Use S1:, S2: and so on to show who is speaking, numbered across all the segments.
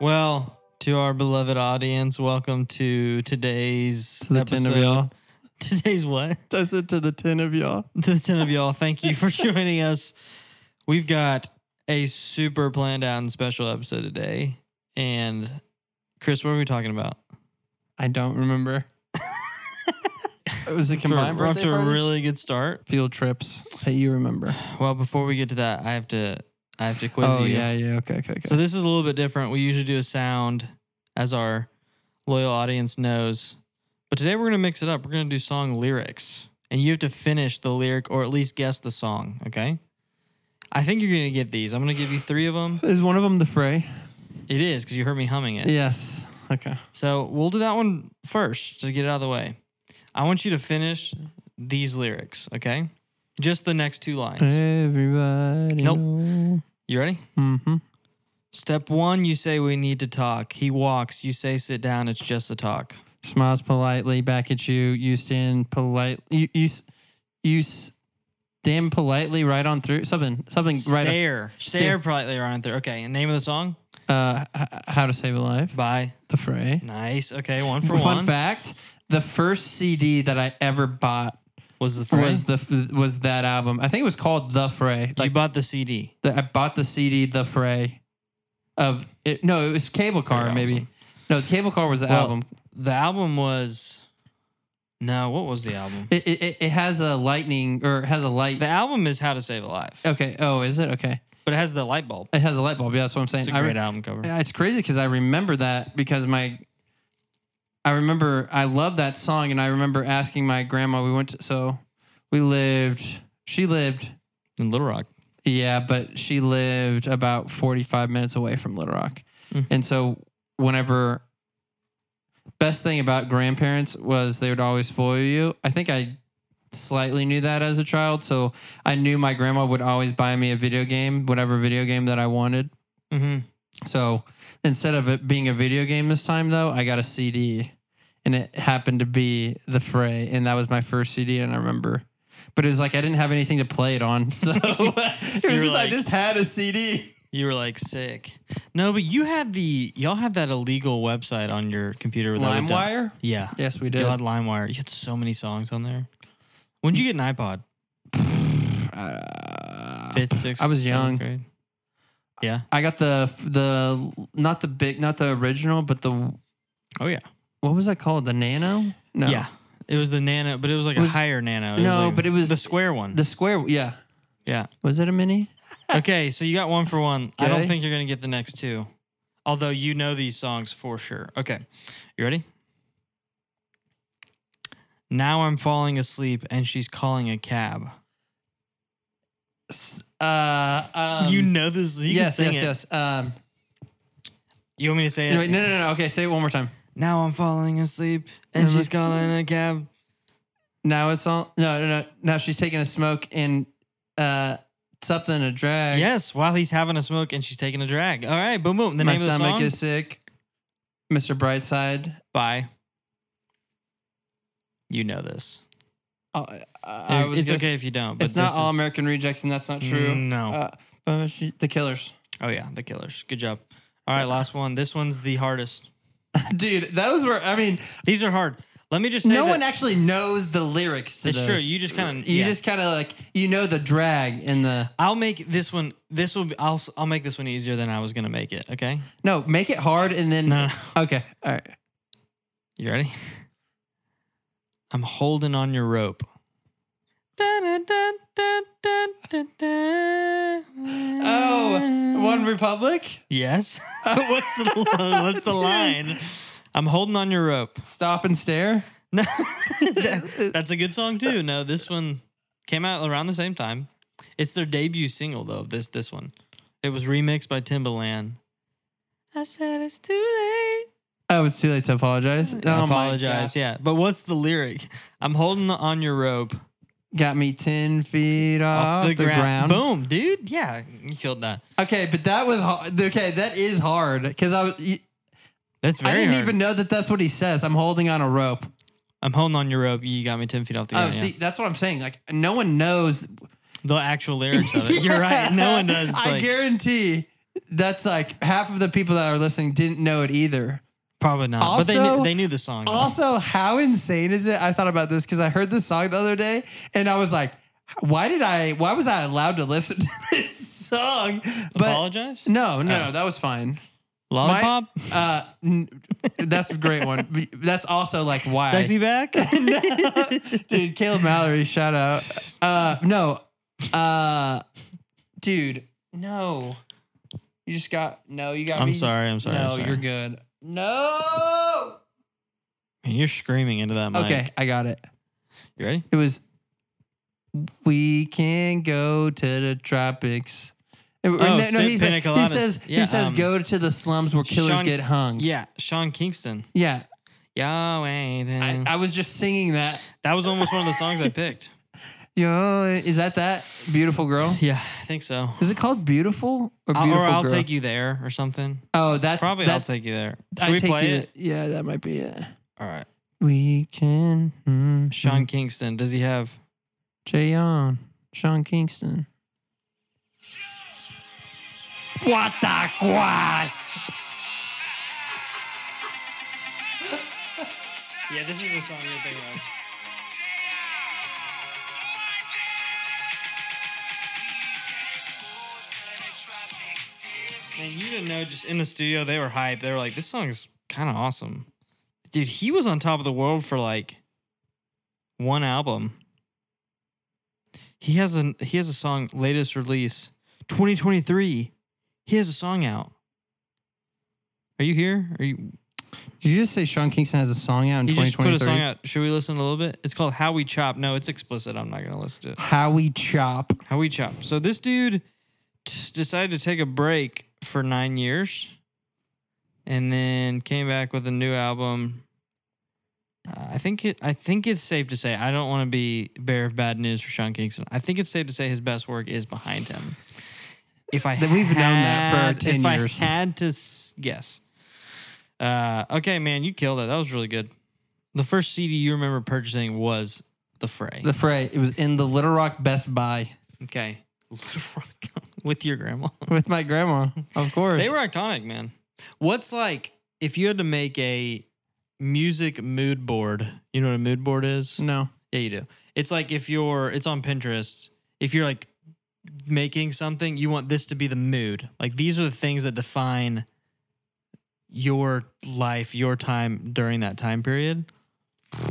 S1: Well, to our beloved audience, welcome to today's
S2: to the ten of
S1: episode.
S2: y'all.
S1: Today's what?
S2: I said to the ten of y'all.
S1: The ten of y'all. Thank you for joining us. We've got a super planned out and special episode today. And Chris, what are we talking about?
S2: I don't remember. it was a combined
S1: we're off
S2: birthday
S1: to a
S2: party?
S1: really Oh, good start.
S2: field trips that you remember.
S1: Well, before we get to that, I have to I have to quiz
S2: oh
S1: you.
S2: yeah, yeah. Okay, okay, okay.
S1: So this is a little bit different. We usually do a sound, as our loyal audience knows. But today we're gonna mix it up. We're gonna do song lyrics, and you have to finish the lyric or at least guess the song. Okay? I think you're gonna get these. I'm gonna give you three of them.
S2: is one of them the fray?
S1: It is because you heard me humming it.
S2: Yes. Okay.
S1: So we'll do that one first to get it out of the way. I want you to finish these lyrics. Okay? Just the next two lines.
S2: Everybody.
S1: Nope.
S2: Know.
S1: You ready?
S2: Mm-hmm.
S1: Step one, you say we need to talk. He walks. You say sit down. It's just a talk.
S2: Smiles politely back at you. You stand polite. You you s- you stand politely right on through something something right.
S1: Stare. Stare
S2: Stare.
S1: politely around there. Okay. And name of the song?
S2: Uh, h- h- how to save a life?
S1: Bye.
S2: The fray.
S1: Nice. Okay. One for
S2: Fun
S1: one.
S2: fact: the first CD that I ever bought
S1: was the phrase.
S2: was the was that album. I think it was called The Fray.
S1: you
S2: Like
S1: bought the CD.
S2: the, I bought the CD The Fray of it. No, it was Cable Car
S1: Pretty
S2: maybe.
S1: awesome.
S2: No, Cable Car was the
S1: Well-
S2: album.
S1: The album was. No, what was the album?
S2: It, it it- it has a lightning or it has a light.
S1: The album is How to Save a Life,
S2: okay. Oh, is it okay?
S1: but it has the light bulb.
S2: It has a light bulb. Yeah, that's what I'm saying.
S1: It's a
S2: I re-
S1: great album cover.
S2: Yeah, it's crazy because I remember that because my, I remember I love that song and I remember asking my grandma. We went to, so we lived. She lived.
S1: In Little Rock.
S2: Yeah, but she lived about 45 minutes away from Little Rock.
S1: Mhm.
S2: And so whenever best thing about grandparents was they would always spoil you. I think I slightly knew that as a child, so I knew my grandma would always buy me a video game, whatever video game that I wanted.
S1: Mm-hmm.
S2: So instead of it being a video game this time though, I got a CD and it happened to be The Fray and that was my first CD and I remember but it was like I didn't have anything to play it on. So it was just
S1: You were
S2: I
S1: like-
S2: just had a CD.
S1: You were like sick. No, but you had the y'all had that illegal website on your computer. that would dump-
S2: LimeWire?
S1: Yeah,
S2: Yes, we
S1: you
S2: did.
S1: had LimeWire. You had so many songs on there. When did you get an iPod?
S2: Uh,
S1: Fifth, sixth.
S2: I was
S1: seventh
S2: young.
S1: Grade? Yeah.
S2: I got the the not the big not the original but the
S1: Oh yeah.
S2: what was that called? The Nano? No.
S1: Yeah. It was the nano, but it was like
S2: Was-
S1: a higher nano.
S2: No,
S1: like
S2: but it was-
S1: the square one.
S2: The square, yeah.
S1: yeah.
S2: Was it a mini?
S1: Okay, so you got one for one. I don't
S2: Okay.
S1: think you're gonna get the next two, although you know these songs for sure. Okay, you ready? Now I'm falling asleep and she's calling a cab.
S2: S- Uh, um,
S1: you know this. You
S2: yes,
S1: can sing
S2: yes,
S1: it.
S2: yes. Um,
S1: You want me to say it?
S2: wait, no, no, no, no. Okay, say it one more time.
S1: Now I'm falling asleep and
S2: Never-
S1: she's calling a cab.
S2: Now it's all no, no, no. Now she's taking a smoke and uh something to drag.
S1: Yes, while he's having a smoke and she's taking a drag. All right, boom, boom. The
S2: my
S1: name of the
S2: stomach
S1: song.
S2: is sick. Mr. Brightside.
S1: Bye. You know this.
S2: Uh, I I was
S1: it's
S2: just-
S1: okay if you don't. But
S2: It's not
S1: this
S2: all
S1: is- Mm,
S2: American Rejects, and that's not true.
S1: No.
S2: Uh, but she, the Killers.
S1: oh yeah, the Killers. Good job. All right, last one. This one's the hardest.
S2: Dude, those were. I mean,
S1: These are hard. Let me just say
S2: no
S1: that-
S2: one actually knows the lyrics to
S1: It's
S2: those.
S1: true. You just kinda-
S2: You
S1: yeah.
S2: just kind of like you know the drag and the
S1: I'll make this one. This will. Be, I'll. s- I'll make this one easier than I was gonna make it. Okay.
S2: no. Make it hard and then
S1: No. no, no.
S2: okay. All right.
S1: You ready? I'm holding on your rope.
S2: Oh,
S1: Oh,
S2: One Republic.
S1: Yes. what's the what's the line? I'm holding on your rope.
S2: Stop and stare.
S1: No, that- that's a good song too. No, this one came out around the same time. It's their debut single though. This this one, it was remixed by Timbaland. I said it's too late.
S2: Oh, it's too late to apologize.
S1: I
S2: Oh my
S1: apologize.
S2: gosh.
S1: Yeah, but what's the lyric? I'm holding on your rope
S2: Got me ten feet off,
S1: off the, gra-
S2: ground.
S1: Boom, dude. Yeah, you killed that.
S2: Okay, but that was hard. Okay, that is hard because I was. You,
S1: That's
S2: I
S1: very.
S2: didn't
S1: hard.
S2: even know that that's what he says. I'm holding on a rope.
S1: I'm holding on your rope. You got me ten feet off the
S2: Oh,
S1: ground. yeah.
S2: see, that's what I'm saying. Like, no one knows.
S1: The actual lyrics of it. You're right. No one does. It's
S2: I
S1: like-
S2: guarantee that's like half of the people that are listening didn't know it either.
S1: Probably not. but they
S2: Also-
S1: knew, they knew the song. though.
S2: Also, how insane is it? I thought about this because I heard this song the other day and I was like, why did I, why was I allowed to listen to this song? But
S1: Apologize?
S2: no, no,
S1: Oh.
S2: that was fine.
S1: Lollipop?
S2: Uh, n- that's a great one. Be- That's also like why.
S1: Sexy back?
S2: dude, Caleb Mallory, shout out. Uh, no, uh, dude, no. You just got no. You got.
S1: I'm
S2: me.
S1: sorry. I'm sorry.
S2: no,
S1: I'm sorry.
S2: you're good. No.
S1: Man, you're screaming into that mic.
S2: Okay, I got it.
S1: You ready?
S2: It was. We can go to the tropics. Or
S1: Oh,
S2: no, no,
S1: Sid
S2: he, said,
S1: Pina
S2: he
S1: Coladas.
S2: says.
S1: Yeah,
S2: he says,
S1: um,
S2: "Go to the slums where killers
S1: Sean-
S2: get hung."
S1: Yeah, Sean Kingston.
S2: yeah.
S1: Yahweh.
S2: I,
S1: Then.
S2: I was just singing that.
S1: that was almost one of the songs I picked.
S2: Yo, is that that beautiful girl?
S1: Yeah, I think so.
S2: Is it called beautiful or
S1: I'll-
S2: beautiful
S1: or I'll
S2: girl?
S1: take you there or something.
S2: Oh, that's
S1: Probably I'll
S2: that's.
S1: take you there. Should
S2: I
S1: we
S2: take
S1: play
S2: you-
S1: it?
S2: Yeah, that might be it.
S1: All right.
S2: We can. mm,
S1: Sean
S2: mm,
S1: Kingston. Does he have?
S2: Jayon. Sean Kingston. What the quad?
S1: Yeah, this is the song you're thinking of. Man, you didn't know just in the studio they were hype. They were like, this song's kind of awesome. Dude, he was on top of the world for like one album. He has an he has a song latest release 2023. He has a song out. Are you here? Are you
S2: Did you just say Sean Kingston has a song out in
S1: you just put a song
S2: 2023?
S1: out. Should we listen a little bit? It's called How We Chop. No, it's explicit. I'm not gonna listen to it.
S2: How we chop.
S1: How We Chop. So this dude t- decided to take a break for nine years, and then came back with a new album. Uh, I think it. I think it's safe to say I don't want to be bearer of bad news for Sean Kingston. I think it's safe to say his best work is behind him. If I
S2: That we've known that for
S1: had-
S2: 10
S1: if
S2: years.
S1: I had to s- guess. Uh, okay, man, you killed it. That was really good. The first CD you remember purchasing was The Fray.
S2: The fray. It was in the Little Rock Best Buy
S1: Okay. Little Rock with your grandma.
S2: with my grandma, of course.
S1: They were iconic, man. What's like if you had to make a music mood board? You know what a mood board is?
S2: no.
S1: Yeah, you do. It's like if you're it's on Pinterest. If you're like making something, you want this to be the mood. Like these are the things that define your life, your time during that time period.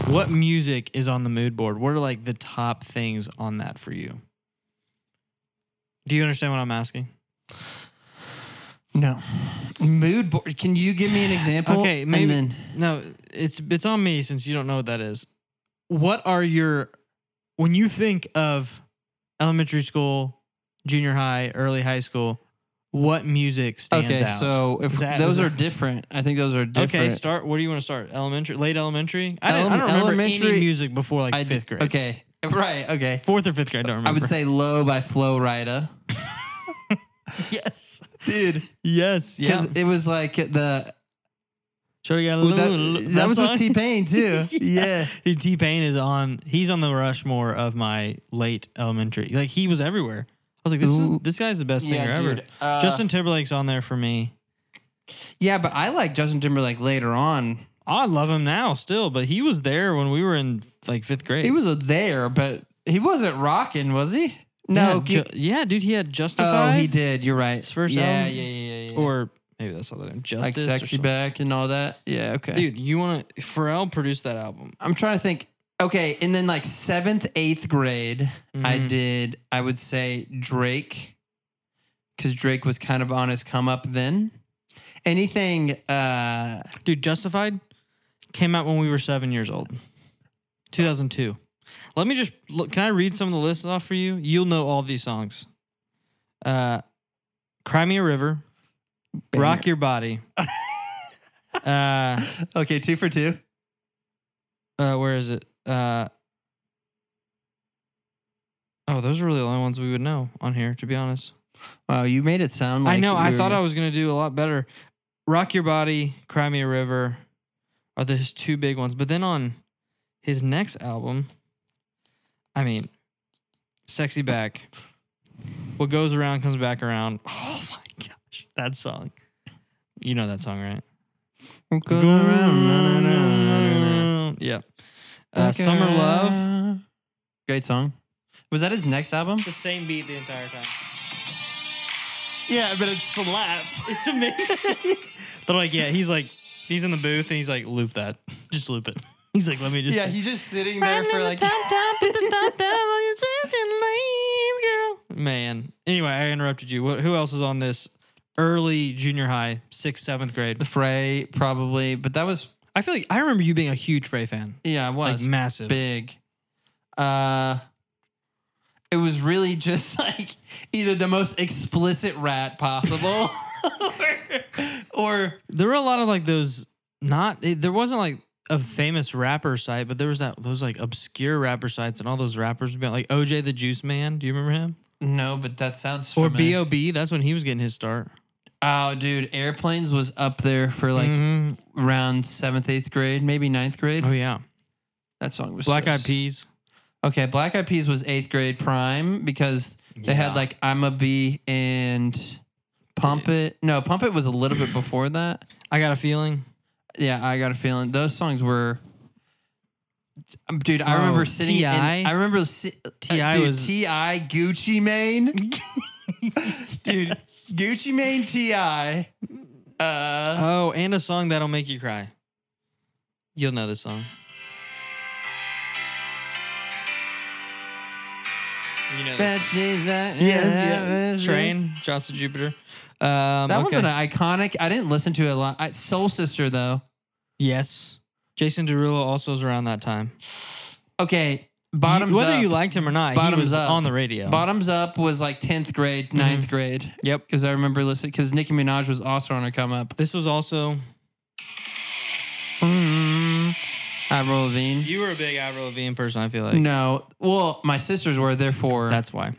S1: What music is on the mood board? What are like the top things on that for you? Do you understand what I'm asking?
S2: No. Mood board. Can you give me an example?
S1: Okay,
S2: And
S1: maybe-
S2: then-
S1: No, it's it's on me since you don't know what that is. What are your when you think of elementary school, junior high, early high school? What music stands
S2: okay,
S1: out?
S2: so if
S1: Is that-
S2: those
S1: is
S2: are
S1: that-
S2: different, I think those are different.
S1: okay, start. Where do you want to start? Elementary, late elementary. I, didn't, I don't
S2: Elem-
S1: remember any
S2: elementary-
S1: music before like
S2: I d-
S1: fifth grade.
S2: Okay, right. Okay,
S1: fourth or fifth grade. I don't remember.
S2: I would say "Low" by Flo Rida,
S1: yes,
S2: dude.
S1: yes, yeah.
S2: Because it was like the
S1: Sure, you got a
S2: well,
S1: little-
S2: that, that was
S1: song?
S2: with T Pain too. yeah.
S1: Dude, T Pain is on. He's on the Rushmore of my late elementary. Like he was everywhere. I was like, this is
S2: Ooh.
S1: this guy's the best singer
S2: Yeah,
S1: ever.
S2: dude. Uh,
S1: Justin Timberlake's on there for me.
S2: Yeah, but I like Justin Timberlake later on.
S1: I love him now still, but he was there when we were in like fifth grade.
S2: He was a there, but he wasn't rocking, was he?
S1: yeah,
S2: No.
S1: Ju-
S2: he-
S1: yeah, dude, he had
S2: oh,
S1: Justified.
S2: he did. You're right.
S1: His first
S2: yeah,
S1: album?
S2: yeah, yeah, yeah, yeah.
S1: or maybe that's not the name. Justice,
S2: like
S1: or
S2: sexy
S1: something.
S2: back and all that. Yeah. Okay.
S1: Dude, you want to? Pharrell produced that album.
S2: I'm trying to think. Okay, and then like seventh, eighth grade, I
S1: Mhm.
S2: did. I would say Drake, because Drake was kind of on his come up then. Anything? uh
S1: Dude, Justified came out when we were seven years old, 2002. Let me just look. Can I read some of the lists off for you? You'll know all these songs. Uh, Cry Me a River, Rock Your Body. uh,
S2: Okay, two for two.
S1: uh, where is it? Uh, oh, those are really the only ones we would know on here, to be honest.
S2: Wow, you made it sound. like
S1: I know.
S2: we
S1: I
S2: were
S1: thought I
S2: gonna-
S1: was gonna do a lot better. Rock Your Body, Cry Me a River are the- his two big ones. But then on his next album, I mean, Sexy Back. What goes around comes back around. Oh my gosh. that song. You know that song, right?
S2: Goes around, na, na, na, na, na.
S1: Yeah. Uh, Summer Love.
S2: Great song. Was that his next album?
S1: The same beat the entire time.
S2: Yeah, but it slaps.
S1: It's amazing. They're like, yeah, he's like, he's in the booth and he's like, loop that. Just loop it. He's like, let me just.
S2: Yeah, he's just sitting there for like.
S1: Man. Anyway, I interrupted you. What, who else is on this early junior high, sixth, seventh grade?
S2: The Fray, probably, but that was
S1: I feel like I remember you being a huge Ray fan.
S2: yeah, it
S1: Like
S2: was
S1: massive.
S2: big. Uh, it was really just like either the most explicit rat possible, or, or
S1: There were a lot of like those not it- there wasn't like a famous rapper site, but there was that those like obscure rapper sites and all those rappers would be like OJ the Juice Man. Do you remember him?
S2: no, but that sounds
S1: Or
S2: familiar.
S1: B.O.B. That's when he was getting his start.
S2: Oh, dude, airplanes was up there for like
S1: Mhm.
S2: around seventh, eighth grade, maybe ninth grade.
S1: oh yeah,
S2: That song was
S1: Black
S2: so-
S1: Eyed Peas.
S2: Okay, Black Eyed Peas was eighth grade prime because they had
S1: Yeah.
S2: like I'm a bee and Pump It. No, Pump It was a little bit before that.
S1: I got a feeling.
S2: Yeah, I got a feeling those songs were. Um, Dude, I
S1: Oh,
S2: remember sitting. in-
S1: T.I.?
S2: I remember si- uh,
S1: T.I.
S2: dude,
S1: was-
S2: Ti Gucci Mane. Dude, Gucci Mane Ti. Uh,
S1: Oh, and a song that'll make you cry. You'll know this song. You know this.
S2: Yes,
S1: Train, Drops of Jupiter. Um,
S2: That
S1: okay.
S2: one's an iconic. I didn't listen to it a lot. I, Soul Sister though.
S1: yes. Jason Derulo also was around that time.
S2: Okay, bottoms
S1: You- whether
S2: up.
S1: you liked him or not,
S2: Bottoms
S1: he was
S2: up.
S1: on the radio.
S2: bottoms up was like tenth grade, 9th grade.
S1: Mm-hmm. Yep.
S2: Because I remember listening. Because Nicki Minaj was also on her come up.
S1: This was also.
S2: Mm, Avril Lavigne.
S1: You were a big Avril Lavigne person. I feel like
S2: No, well, my sisters were therefore
S1: that's why.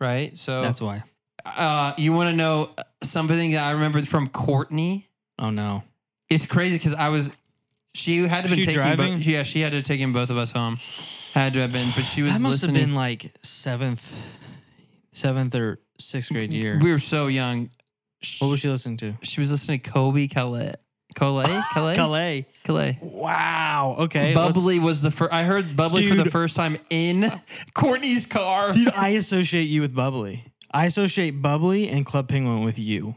S2: right. So
S1: That's why.
S2: uh, you want to know something that I remember from Courtney?
S1: Oh no.
S2: it's crazy because I was. She had to
S1: She
S2: been taking.
S1: driving?
S2: Bo- yeah, she had to have taken both of us home. Had to have been, but she was
S1: That must
S2: listening.
S1: have been like seventh, seventh or sixth grade year.
S2: we were so young. She,
S1: What was she listening to?
S2: she was listening to Kobe Collette. Collet? Collet?
S1: Calais.
S2: Collet.
S1: Wow. Okay. let's-
S2: Bubbly was the first. I heard Bubbly for the
S1: Dude.
S2: first time in Courtney's car.
S1: Dude, I associate you with Bubbly. I associate Bubbly and Club Penguin with you.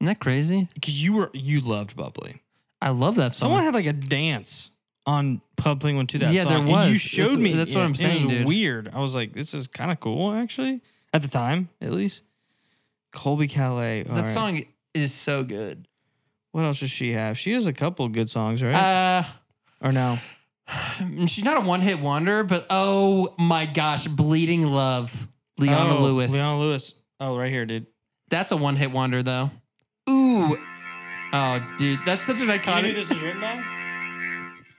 S2: Isn't that crazy?
S1: Cause you were you loved Bubbly.
S2: I love that song.
S1: Someone had like a dance on Club Penguin to that
S2: Yeah,
S1: song,
S2: there
S1: and
S2: was.
S1: you showed
S2: That's-
S1: me.
S2: that's what
S1: it.
S2: I'm saying,
S1: It was
S2: dude.
S1: weird. I was like, this is kind of cool, actually. At the time, at least. Colby Calais. all
S2: that
S1: right.
S2: song is so good.
S1: What else does she have? She has a couple good songs, right?
S2: Uh,
S1: or no?
S2: she's not a one-hit wonder, but oh my gosh, Bleeding Love, Leona
S1: Oh,
S2: Lewis.
S1: Leona Lewis. Oh, right here, dude.
S2: That's a one hit wonder, though. Ooh. Oh, dude. That's such an iconic.
S1: was written by?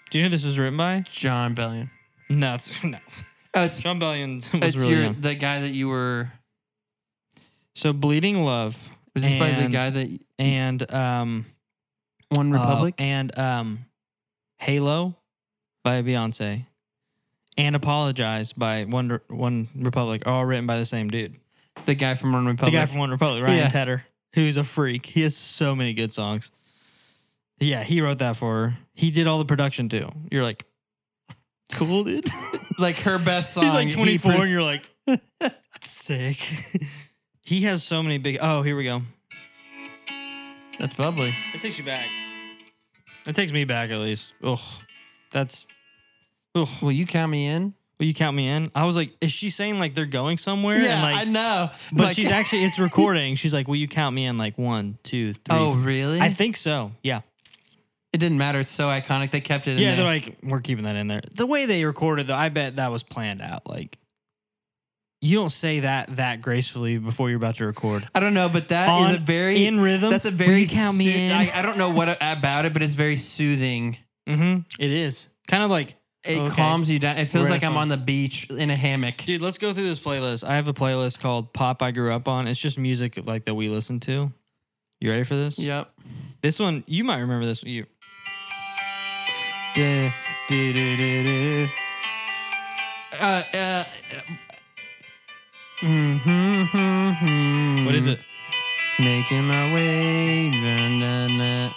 S1: Do you know who this was written by?
S2: John Bellion.
S1: No, it's- no.
S2: Oh, it's,
S1: Sean Bellion was
S2: it's
S1: really
S2: your,
S1: young.
S2: the guy that you were.
S1: So bleeding love
S2: Was this by the
S1: And-
S2: guy that
S1: and um
S2: One
S1: uh,
S2: Republic?
S1: and um Halo by Beyonce and Apologize by One One Republic are all written by the same dude.
S2: the guy from One
S1: The
S2: Republic.
S1: guy from One Republic, Ryan
S2: Yeah.
S1: Tedder, who's a freak. He has so many good songs. Yeah, he wrote that for her. He did all the production too. You're like, cool, dude.
S2: like her best song.
S1: He's like
S2: He
S1: 24,
S2: pro-
S1: and you're like, sick. he has so many big. Oh, here we go.
S2: that's bubbly.
S1: It takes you back. It takes me back at least. Ugh. That's ugh. Will
S2: Will you count me in?
S1: you count me in? I was like, is she saying like they're going somewhere? and like,
S2: know.
S1: but
S2: Like-
S1: she's actually it's recording. She's like, will you count me in? Like one, two, three.
S2: Oh,
S1: f-
S2: really?
S1: I think so. Yeah.
S2: it didn't matter. It's so iconic. They kept it in
S1: Yeah.
S2: there.
S1: They're like, we're keeping that in there. The way they recorded though, I bet that was planned out. Like, you don't say that that gracefully before you're about to record.
S2: I don't know, but that is
S1: On-
S2: a very.
S1: in rhythm.
S2: that's a
S1: Will
S2: very.
S1: you count me
S2: sooth-
S1: in?
S2: I, I don't know what about it, but it's very soothing.
S1: Mm-hmm. It is kind of like
S2: It
S1: Okay.
S2: calms you down. It feels
S1: We're
S2: like
S1: gonna
S2: I'm
S1: song-
S2: on the beach in a hammock.
S1: Dude, let's go through this playlist. I have a playlist called Pop I Grew Up On. It's just music like that we listen to. You ready for this?
S2: Yep.
S1: This one, you might remember this. You
S2: Du- du- du- du- du. Uh, uh, mm-hmm,
S1: what is it?
S2: Making my way. na, na, na.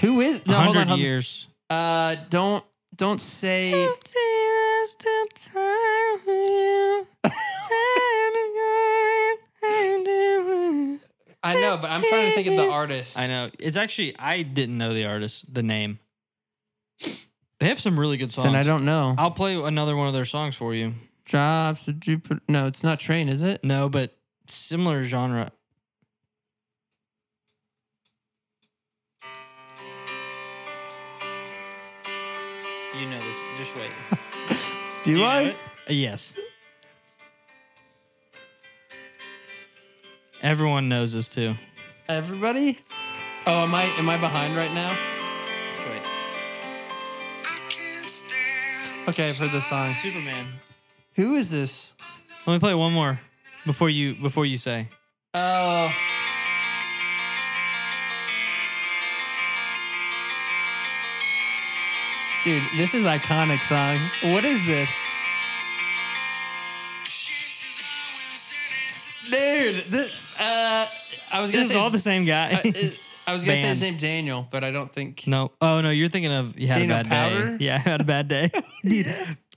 S2: Who is? No, hold
S1: 100
S2: on. Hold on.
S1: years.
S2: Uh, don't don't say. I know, but I'm trying to think of the artist.
S1: I know. It's actually I didn't know the artist, the name. They have some really good songs.
S2: Then I don't know.
S1: I'll play another one of their songs for you.
S2: Jobs to Jupiter. No, it's not train, is it?
S1: No, but similar genre. You know this. Just wait.
S2: Do
S1: you know it? Uh, Yes. Everyone knows this too.
S2: Everybody? Oh, am I am I behind right now?
S1: Just wait.
S2: Okay, I've heard this song.
S1: Superman.
S2: Who is this?
S1: Let me play one more before you before you say.
S2: Oh. Dude, this is iconic song. What is this? Dude, this uh I was gonna
S1: This is
S2: say
S1: all the same guy.
S2: I, is- I was gonna say
S1: Band.
S2: his name Daniel, but I don't think
S1: no. Oh no, you're thinking of you had
S2: Daniel
S1: a bad
S2: Powder?
S1: day. Yeah, I had a bad day. Dude,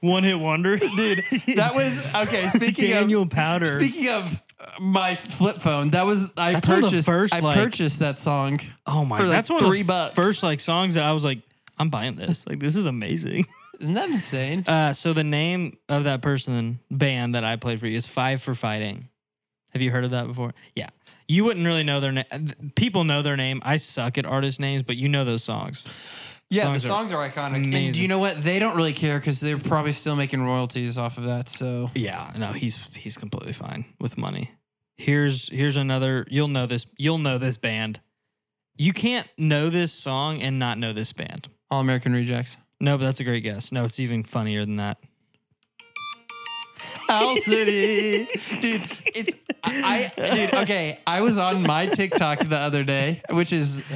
S1: one hit wonder. Dude,
S2: that was okay. Speaking
S1: Daniel
S2: of
S1: Powder.
S2: speaking of uh, my flip phone, that was I
S1: That's one of the
S2: purchased.
S1: first,
S2: I
S1: like-
S2: purchased that song.
S1: oh my,
S2: for, like,
S1: that's one of
S2: three
S1: the
S2: bucks.
S1: first like songs that I was like, I'm buying this. Like this is amazing.
S2: Isn't that insane?
S1: Uh, so the name of that person band that I played for you is Five for Fighting. Have you heard of that before? Yeah. You wouldn't really know their name. People know their name. I suck at artist names, but you know those songs.
S2: yeah,
S1: songs
S2: the
S1: are
S2: songs are, iconic. And do
S1: amazing.
S2: you know what? They don't really care because they're probably still making royalties off of that. So
S1: Yeah, no, he's he's completely fine with money. Here's here's another. You'll know this. You'll know this band. You can't know this song and not know this band.
S2: All American Rejects.
S1: No, but that's a great guess. No, it's even funnier than that.
S2: Owl City, dude. It's I, I dude. Okay, I was on my TikTok the other day, which is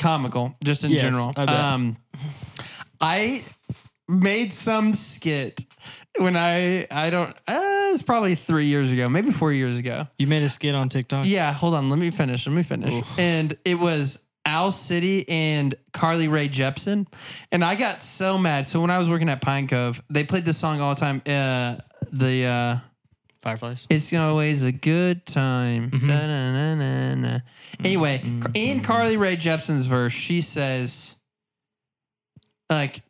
S2: comical just in
S1: Yes,
S2: general.
S1: I bet.
S2: Um, I made some skit when I I don't uh, it's probably three years ago, maybe four years ago.
S1: You made a skit on TikTok.
S2: Yeah, hold on. Let me finish. Let me finish. And it was Owl City and Carly Ray Jepsen. And I got so mad. So when I was working at Pine Cove, they played this song all the time. Uh, the uh,
S1: Fireflies.
S2: It's Always a Good Time. Da-na-na-na-na. Anyway, in Carly Ray Jepsen's verse, she says, like,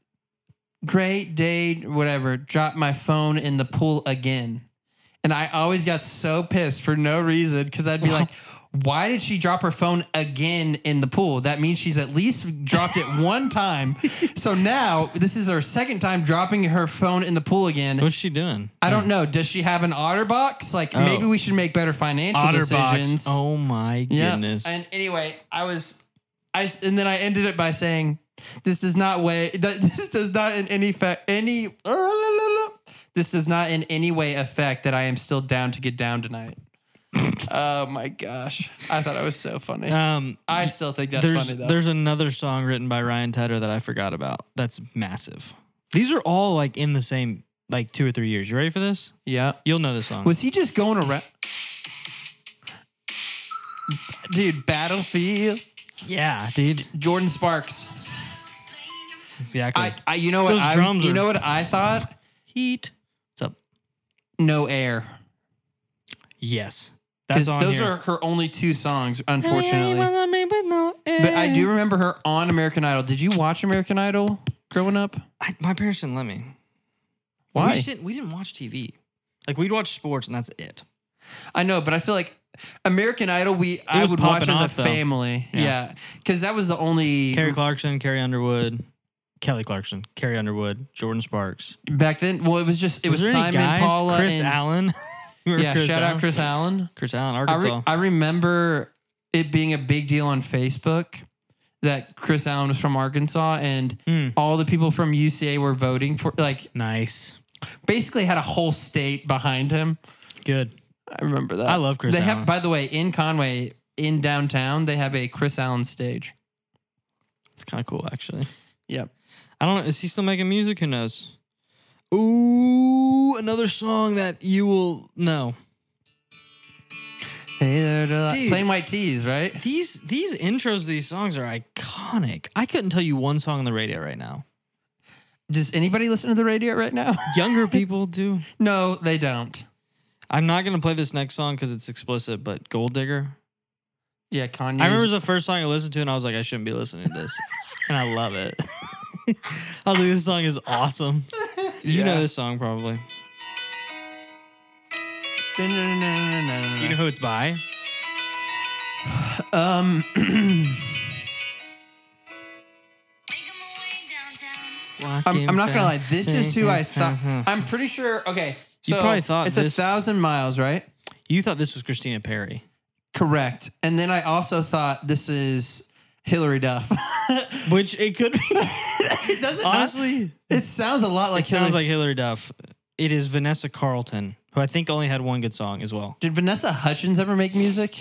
S2: great day, whatever, drop my phone in the pool again. And I always got so pissed for no reason because I'd be like, why did she drop her phone again in the pool? That means she's at least dropped it one time. So now this is her second time dropping her phone in the pool again.
S1: What's she doing?
S2: I don't know. Does she have an OtterBox? Like
S1: Oh.
S2: maybe we should make better financial decisions.
S1: Oh my
S2: Yeah.
S1: goodness.
S2: And anyway, I was, I s- and then I ended it by saying, "This does not way. This does not in any fact any. uh, This does not in any way affect that I am still down to get down tonight." oh my gosh! I thought I was so funny.
S1: um,
S2: I still think that's
S1: there's
S2: funny though.
S1: there's another song written by Ryan Tedder that I forgot about. That's massive. These are all like in the same like two or three years. You ready for this?
S2: yeah.
S1: You'll know this song.
S2: Was he just going around? Dude, Battlefield,
S1: yeah, dude.
S2: Jordan Sparks.
S1: Exactly.
S2: I, I you know what
S1: Those
S2: I,
S1: drums
S2: you
S1: are-
S2: know what I thought?
S1: Heat. What's up?
S2: No air.
S1: Yes.
S2: 'Cause
S1: That's on
S2: those
S1: here.
S2: are her only two songs, unfortunately. But
S1: But eh.
S2: I do remember her on American Idol. Did you watch American Idol growing up?
S1: I, my parents didn't let me. We,
S2: Why?
S1: just didn't, we didn't watch TV. Like we'd watch sports and that's it.
S2: I know, but I feel like American Idol we I
S1: was
S2: would watch as
S1: popping
S2: a
S1: off, though.
S2: family.
S1: Yeah.
S2: Yeah. Cuz that was the only
S1: Carrie Clarkson, Carrie Underwood, Kelly Clarkson, Carrie Underwood, Jordan Sparks.
S2: back then. Well, it was just it was,
S1: there any
S2: Simon
S1: guys?
S2: Paula
S1: Chris
S2: and
S1: Allen. Remember
S2: Yeah, shout out Chris Allen.
S1: Chris Allen,
S2: I,
S1: Arkansas.
S2: re- I remember it being a big deal on Facebook that Chris Allen was from Arkansas and
S1: Hmm.
S2: all the people from UCA were voting for like
S1: nice.
S2: basically had a whole state behind him.
S1: Good.
S2: I remember that.
S1: I love Chris
S2: They
S1: Allen.
S2: have by the way in Conway in downtown they have a Chris Allen stage.
S1: It's kind of cool, actually.
S2: Yep.
S1: I don't know. Is he still making music? Who knows? Ooh, another song that you will know.
S2: Hey there, Delilah.
S1: Dude.
S2: Plain white tees, right?
S1: These these intros to these songs are iconic. I couldn't tell you one song on the radio right now.
S2: Does anybody listen to the radio right now?
S1: Younger people do.
S2: no, they don't.
S1: I'm not gonna play this next song because it's explicit, but Gold Digger.
S2: Yeah, Kanye.
S1: I remember it was the first song I listened to, and I was like, I shouldn't be listening to this, and I love it. I was like, this song is awesome. You know
S2: Yeah.
S1: this song probably. You know
S2: You
S1: who it's by?
S2: know, um, I'm, I'm not gonna lie. This is who I thought. I'm pretty sure. Okay,
S1: You
S2: so
S1: probably thought
S2: it's
S1: this-
S2: a thousand miles, right?
S1: You thought this was Christina Perry.
S2: Correct. And then I also thought this is Hillary Duff.
S1: Which it could be.
S2: it doesn't
S1: Honestly,
S2: It sounds a lot like.
S1: it sounds
S2: Hillary.
S1: like Hillary Duff. It is Vanessa Carlton, who I think only had one good song as well.
S2: Did Vanessa Hutchins ever make music?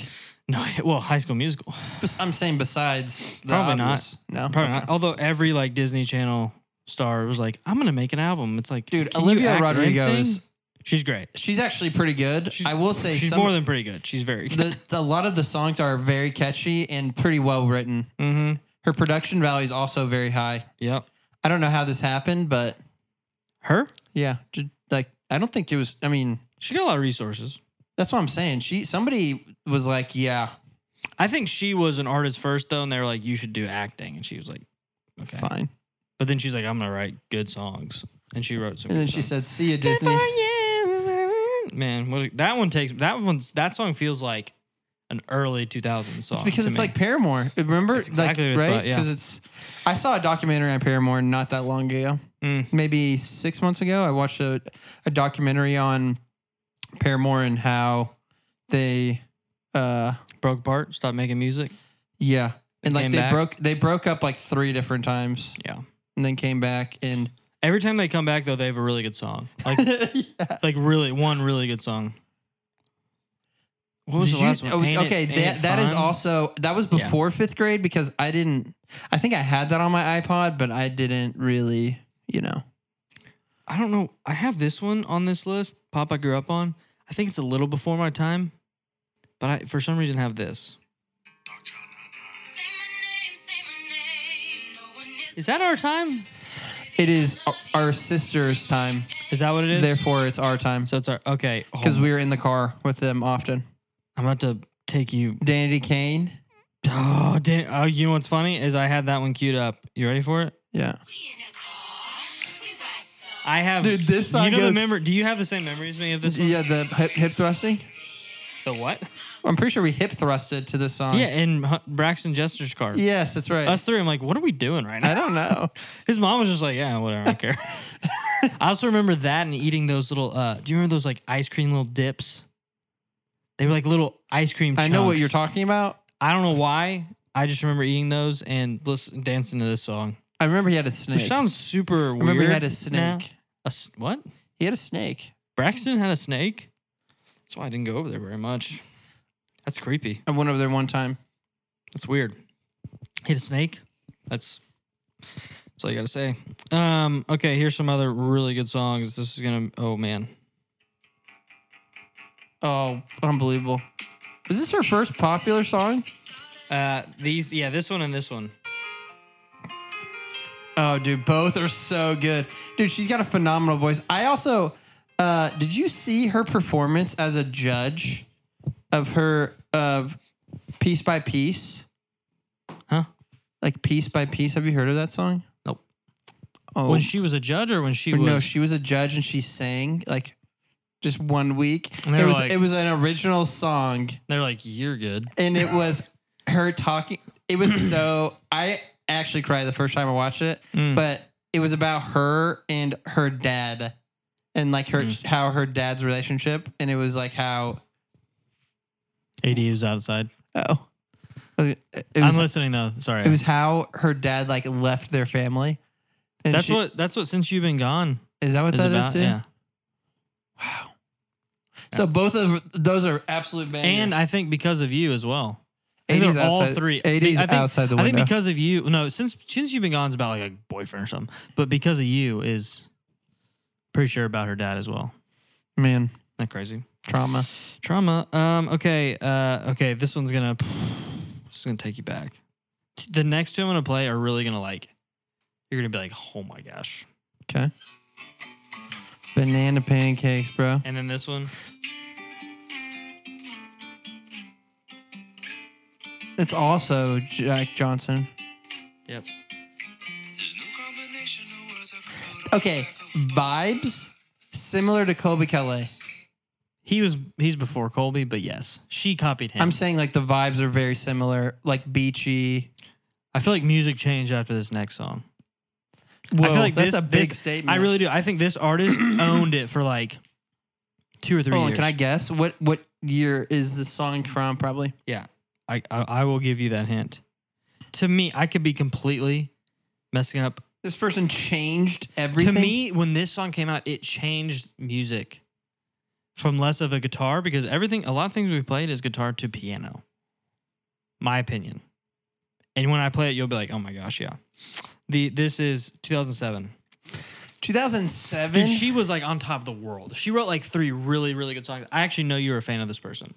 S1: No, well, High School Musical.
S2: Bes- I'm saying besides. The
S1: Probably not.
S2: obvious. No,
S1: Probably not. Although every like Disney Channel star was like, "I'm gonna make an album." It's like,
S2: Dude,
S1: can you
S2: Olivia
S1: act and
S2: Rodrigo
S1: sing?
S2: is.
S1: she's great.
S2: She's actually pretty good. I will say
S1: she's
S2: some,
S1: more than pretty good. She's very good.
S2: the, a lot of the songs are very catchy and pretty well written.
S1: mm-hmm.
S2: Her production value is also very high.
S1: Yep.
S2: I don't know how this happened, but
S1: Her?
S2: yeah, ju- like I don't think it was. I mean,
S1: She got a lot of resources.
S2: that's what I'm saying. She somebody was like, yeah,
S1: I think she was an artist first though, and they were like, "You should do acting," and she was like, "Okay."
S2: fine.
S1: But then she's like, "I'm gonna write good songs," and she wrote some.
S2: And then
S1: good
S2: she
S1: songs.
S2: said, "See you,
S1: Good
S2: Disney."
S1: for you. Man, what, that one takes that one's that song feels like an early 2000s song.
S2: It's because
S1: to me.
S2: it's like Paramore. Remember,
S1: That's exactly
S2: like,
S1: what it's
S2: right?
S1: about, yeah.
S2: Because it's. I saw a documentary on Paramore not that long ago,
S1: Mm.
S2: maybe six months ago. I watched a, a documentary on Paramore and how they, uh,
S1: broke apart, stopped making music.
S2: yeah, and like
S1: came
S2: they
S1: back?
S2: broke they broke up like three different times
S1: Yeah.
S2: and then came back and
S1: Every time they come back though, they have a really good song. Like
S2: yeah.
S1: like really one really good song. What was
S2: Did
S1: the
S2: you-
S1: last one?
S2: oh,
S1: Ain't It-
S2: okay,
S1: Ain't
S2: that
S1: It
S2: that is
S1: Fun?
S2: also that was
S1: Yeah.
S2: before fifth grade because I didn't. I think I had that on my iPod, but I didn't really, you know.
S1: I don't know. I have this one on this list. Pop I grew up on. I think it's a little before my time, but I for some reason have this. Is that our time?
S2: It is o- our sister's time.
S1: Is that what it is?
S2: Therefore, it's our time
S1: so it's our okay. oh,
S2: because we were in the car with them often.
S1: I'm about to take you.
S2: Danny Kane.
S1: Oh, Dan, oh, you know what's funny is I had that one queued up. You ready for it?
S2: Yeah.
S1: I have.
S2: Dude, this song
S1: You know the
S2: goes-
S1: memory. Do you have the same memory as me of this? One?
S2: Yeah, the hip, hip thrusting.
S1: The what?
S2: I'm pretty sure we hip thrusted to this song.
S1: Yeah, in Hu- Braxton Jester's car.
S2: Yes, that's right.
S1: Us three. I'm like, what are we doing right now?
S2: I don't know.
S1: His mom was just like, yeah, whatever, I don't care. I also remember that and eating those little. uh Do you remember those like ice cream little dips? They were like little ice cream.
S2: I know what you're
S1: chunks.
S2: talking about.
S1: I don't know why. I just remember eating those and listen, dancing to this song,
S2: I remember he had a snake.
S1: which sounds super
S2: I
S1: weird.
S2: remember he had a
S1: now.
S2: snake.
S1: A s- what?
S2: He had a snake.
S1: Braxton had a snake. That's why I didn't go over there very much. That's creepy.
S2: I went over there one time.
S1: That's weird. Hit a snake. That's that's all you gotta say. Um, okay, here's some other really good songs. This is gonna oh man.
S2: Oh, unbelievable. Is this her first popular song?
S1: Uh these yeah, this one and this one.
S2: Oh, dude, both are so good. Dude, she's got a phenomenal voice. I also, uh, did you see her performance as a judge of her of piece by piece?
S1: Huh?
S2: Like piece by piece. Have you heard of that song?
S1: Nope.
S2: Oh,
S1: When she was a judge or when she was
S2: no, she was a judge and she sang like just one week.
S1: And they
S2: it
S1: were
S2: was
S1: like-
S2: it was an original song.
S1: they're like, You're good.
S2: and it was her talking. It was so I actually cried the first time I watched it,
S1: Mm.
S2: but it was about her and her dad, and like her how her dad's relationship, and it was like how
S1: AD was outside.
S2: oh, it was,
S1: I'm listening though. Sorry.
S2: it was how her dad like left their family. And
S1: that's
S2: she-
S1: what that's what since you've been gone
S2: is that what
S1: is
S2: that is?
S1: about.
S2: too?
S1: yeah.
S2: Wow. So both of those are absolute bangers.
S1: And I think because of you as well. I think
S2: 80s
S1: they're all
S2: outside-
S1: three.
S2: 80s
S1: I think-
S2: outside the
S1: I think
S2: window.
S1: because of you, no, since since you've been gone, it's about like a boyfriend or something. But because of you is pretty sure about her dad as well.
S2: man,
S1: Not crazy.
S2: Trauma.
S1: Trauma. Um. Okay. Uh. Okay. This one's gonna. This is gonna take you back. The next two I'm gonna play are really gonna like. You're gonna be like, oh my gosh.
S2: Okay. Banana pancakes, bro.
S1: And then this one.
S2: It's also Jack Johnson.
S1: Yep.
S2: Okay, vibes similar to Kobe Calais.
S1: He was. He's before Colby, but yes, she copied him.
S2: I'm saying like the vibes are very similar, like beachy.
S1: I feel like music changed after this next song.
S2: Whoa,
S1: I feel like
S2: that's
S1: this-
S2: a big
S1: this-
S2: statement.
S1: I really do. I think this artist owned it for like two or three
S2: Hold on,
S1: years.
S2: can I guess what what year is the song from? Probably.
S1: I, I I will give you that hint. To me, I could be completely messing up.
S2: This person changed everything.
S1: To me, when this song came out, it changed music from less of a guitar because everything, a lot of things we played is guitar to piano. My opinion. And when I play it, you'll be like, "Oh my gosh, yeah." The this is 2007.
S2: 2007.
S1: Dude, she was like on top of the world. She wrote like three really, really good songs. I actually know you're a fan of this person.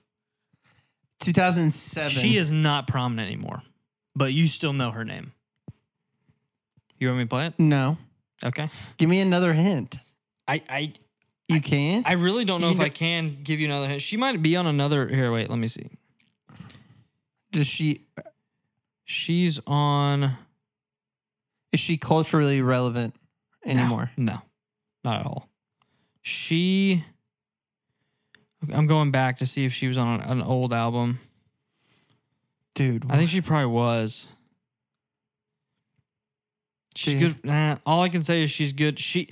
S2: 2007.
S1: She is not prominent anymore, but you still know her name. You want me to play it?
S2: No.
S1: Okay.
S2: Give me another hint.
S1: I I,
S2: You can't.
S1: I really don't know
S2: You
S1: if
S2: know-
S1: I can give you another hint. She might be on another. Here, wait, let me see.
S2: Does she?
S1: She's on no.
S2: Is she culturally relevant anymore?
S1: No, not at all. She. I'm going back to see if she was on an old album.
S2: Dude,
S1: I think she probably was. She's
S2: Dude.
S1: good. Nah, all I can say is she's good. She,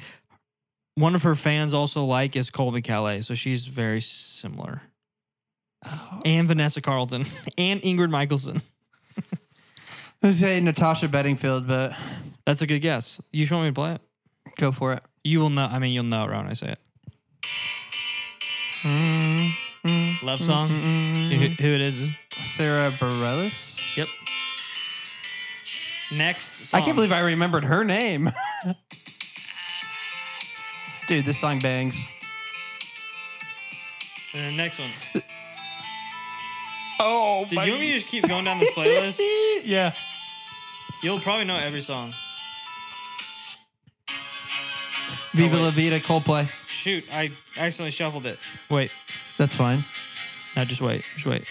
S1: one of her fans also like is Colby Calais, so she's very similar.
S2: Oh.
S1: And Vanessa Carlton and Ingrid Michaelson.
S2: I was saying Natasha Bedingfield, but
S1: That's a good guess. You just want me to play it?
S2: go for it.
S1: You will know. I mean, you'll know it right when I say it. Love song. You know Who, who it is?
S2: Sarah Bareilles.
S1: Mm-hmm. Yep. Next.
S2: I can't believe I remembered her name. Dude, this song bangs.
S1: And the next one.
S2: Oh
S1: Dude, you want me to just keep going down this playlist?
S2: yeah.
S1: You'll probably know every song.
S2: Viva
S1: Oh,
S2: La Vida, Coldplay.
S1: Shoot, I accidentally shuffled it. Wait.
S2: That's fine.
S1: No, just wait. Just wait.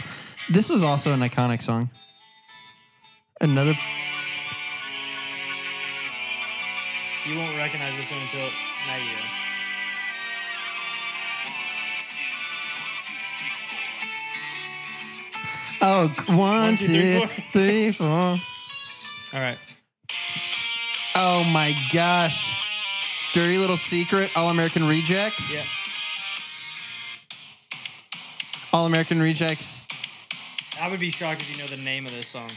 S2: This was also an iconic song. Another.
S1: You won't recognize this one until now you.
S2: Oh, one,
S1: two, three,
S2: two,
S1: four.
S2: three, four.
S1: All right.
S2: Oh my gosh. Dirty Little Secret, All American Rejects.
S1: Yeah.
S2: All American Rejects.
S1: I would be shocked if you know the name of this song.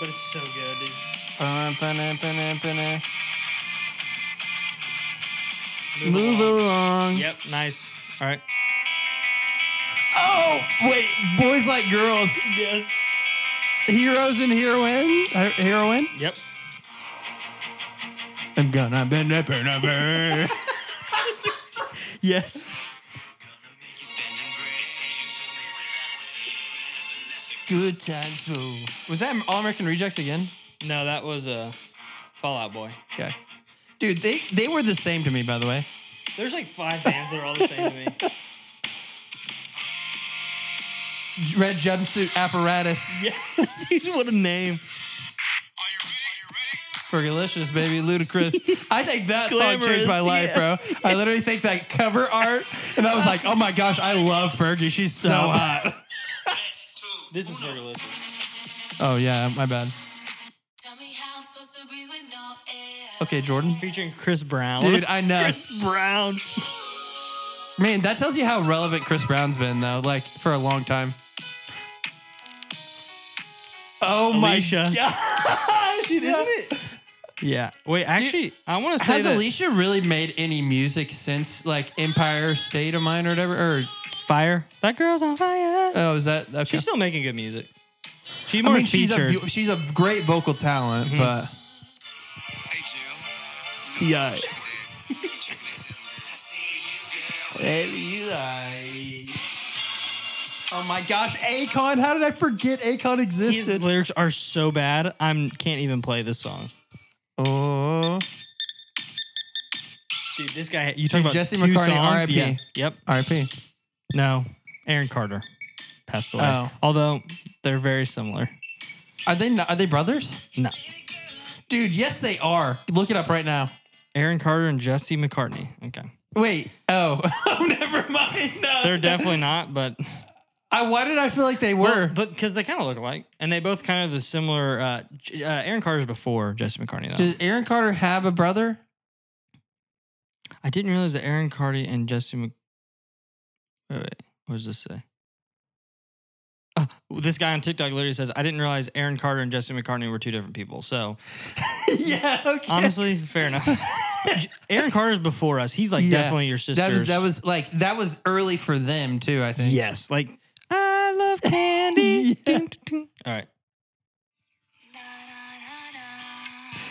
S1: But it's so good, dude.
S2: Bum, ba-na, ba-na, ba-na.
S1: Move
S2: Move
S1: along.
S2: along.
S1: Yep, nice. All right.
S2: Oh, wait. Boys Like Girls.
S1: Yes.
S2: Heroes and Heroine. Her- Heroine.
S1: Yep.
S2: I'm gonna be never, never.
S1: Yes.
S2: Good times, fool. Was that All American Rejects again?
S1: No, that was a uh, Fallout Boy.
S2: Okay. Dude, they, they were the same to me, by the way.
S1: There's like five bands that are all the same to me.
S2: Red jumpsuit apparatus.
S1: Yes, dude. What a name.
S2: Fergalicious, baby. Ludacris. I think that song
S1: Glamorous,
S2: changed my life,
S1: yeah.
S2: bro. I literally think that cover art, and I was like, oh my gosh, I love Fergie. She's so hot.
S1: uh, This is Fergalicious.
S2: Oh, yeah, my bad.
S3: Tell me how I'm supposed to breathe with no air.
S2: Okay, Jordan.
S1: Featuring Chris Brown.
S2: Dude, I know.
S1: Chris Brown.
S2: Man, that tells you how relevant Chris Brown's been, though, like for a long time. Oh
S1: Alicia.
S2: my gosh. Isn't it?
S1: Yeah. Wait, actually, I want to say
S2: Has
S1: that
S2: Alicia really made any music since like Empire State of Mind or whatever? Or
S1: Fire. Uh, That girl's on fire.
S2: oh, is that okay?
S1: She's still making good music. She's
S2: I
S1: more
S2: mean, she's a
S1: featured.
S2: bu- she's a great vocal talent,
S1: Mm-hmm.
S2: but
S1: Ti.
S2: Baby, you like. Oh my gosh,
S4: Akon, how did I forget Akon
S1: His
S4: existed?
S1: lyrics are so bad. I am can't even play this song.
S2: Oh.
S1: Dude, this guy. You talking about
S2: Dude, Jesse
S1: two
S2: McCartney,
S1: songs?
S2: R.I.P..
S1: Yeah. Yep.
S2: RP.
S1: No, Aaron Carter passed away.
S2: Oh.
S1: Although they're very similar.
S2: Are they not, are they brothers?
S1: No,
S2: Dude, yes they are. Look it up right now.
S1: Aaron Carter and Jesse McCartney. Okay,
S2: Wait. Oh. oh, never mind. No.
S1: they're definitely not, but
S2: I, why did I feel like they
S1: well,
S2: were?
S1: but because they kind of look alike, and they both kind of the similar. Uh, J- uh, Aaron Carter's before Jesse McCartney though.
S2: Does Aaron Carter have a brother?
S1: I didn't realize that Aaron Carter and Jesse Mc. Wait, wait, what does this say? Uh, this guy on TikTok literally says, "I didn't realize Aaron Carter and Jesse McCartney were two different people." So
S2: yeah. Okay.
S1: honestly, fair enough. J- Aaron Carter's before us. He's like
S2: Yeah.
S1: definitely your sister's.
S2: that was that was like that was early for them too. I think.
S1: yes, like I love candy.
S2: Yeah.
S1: Dun, dun, dun. All right,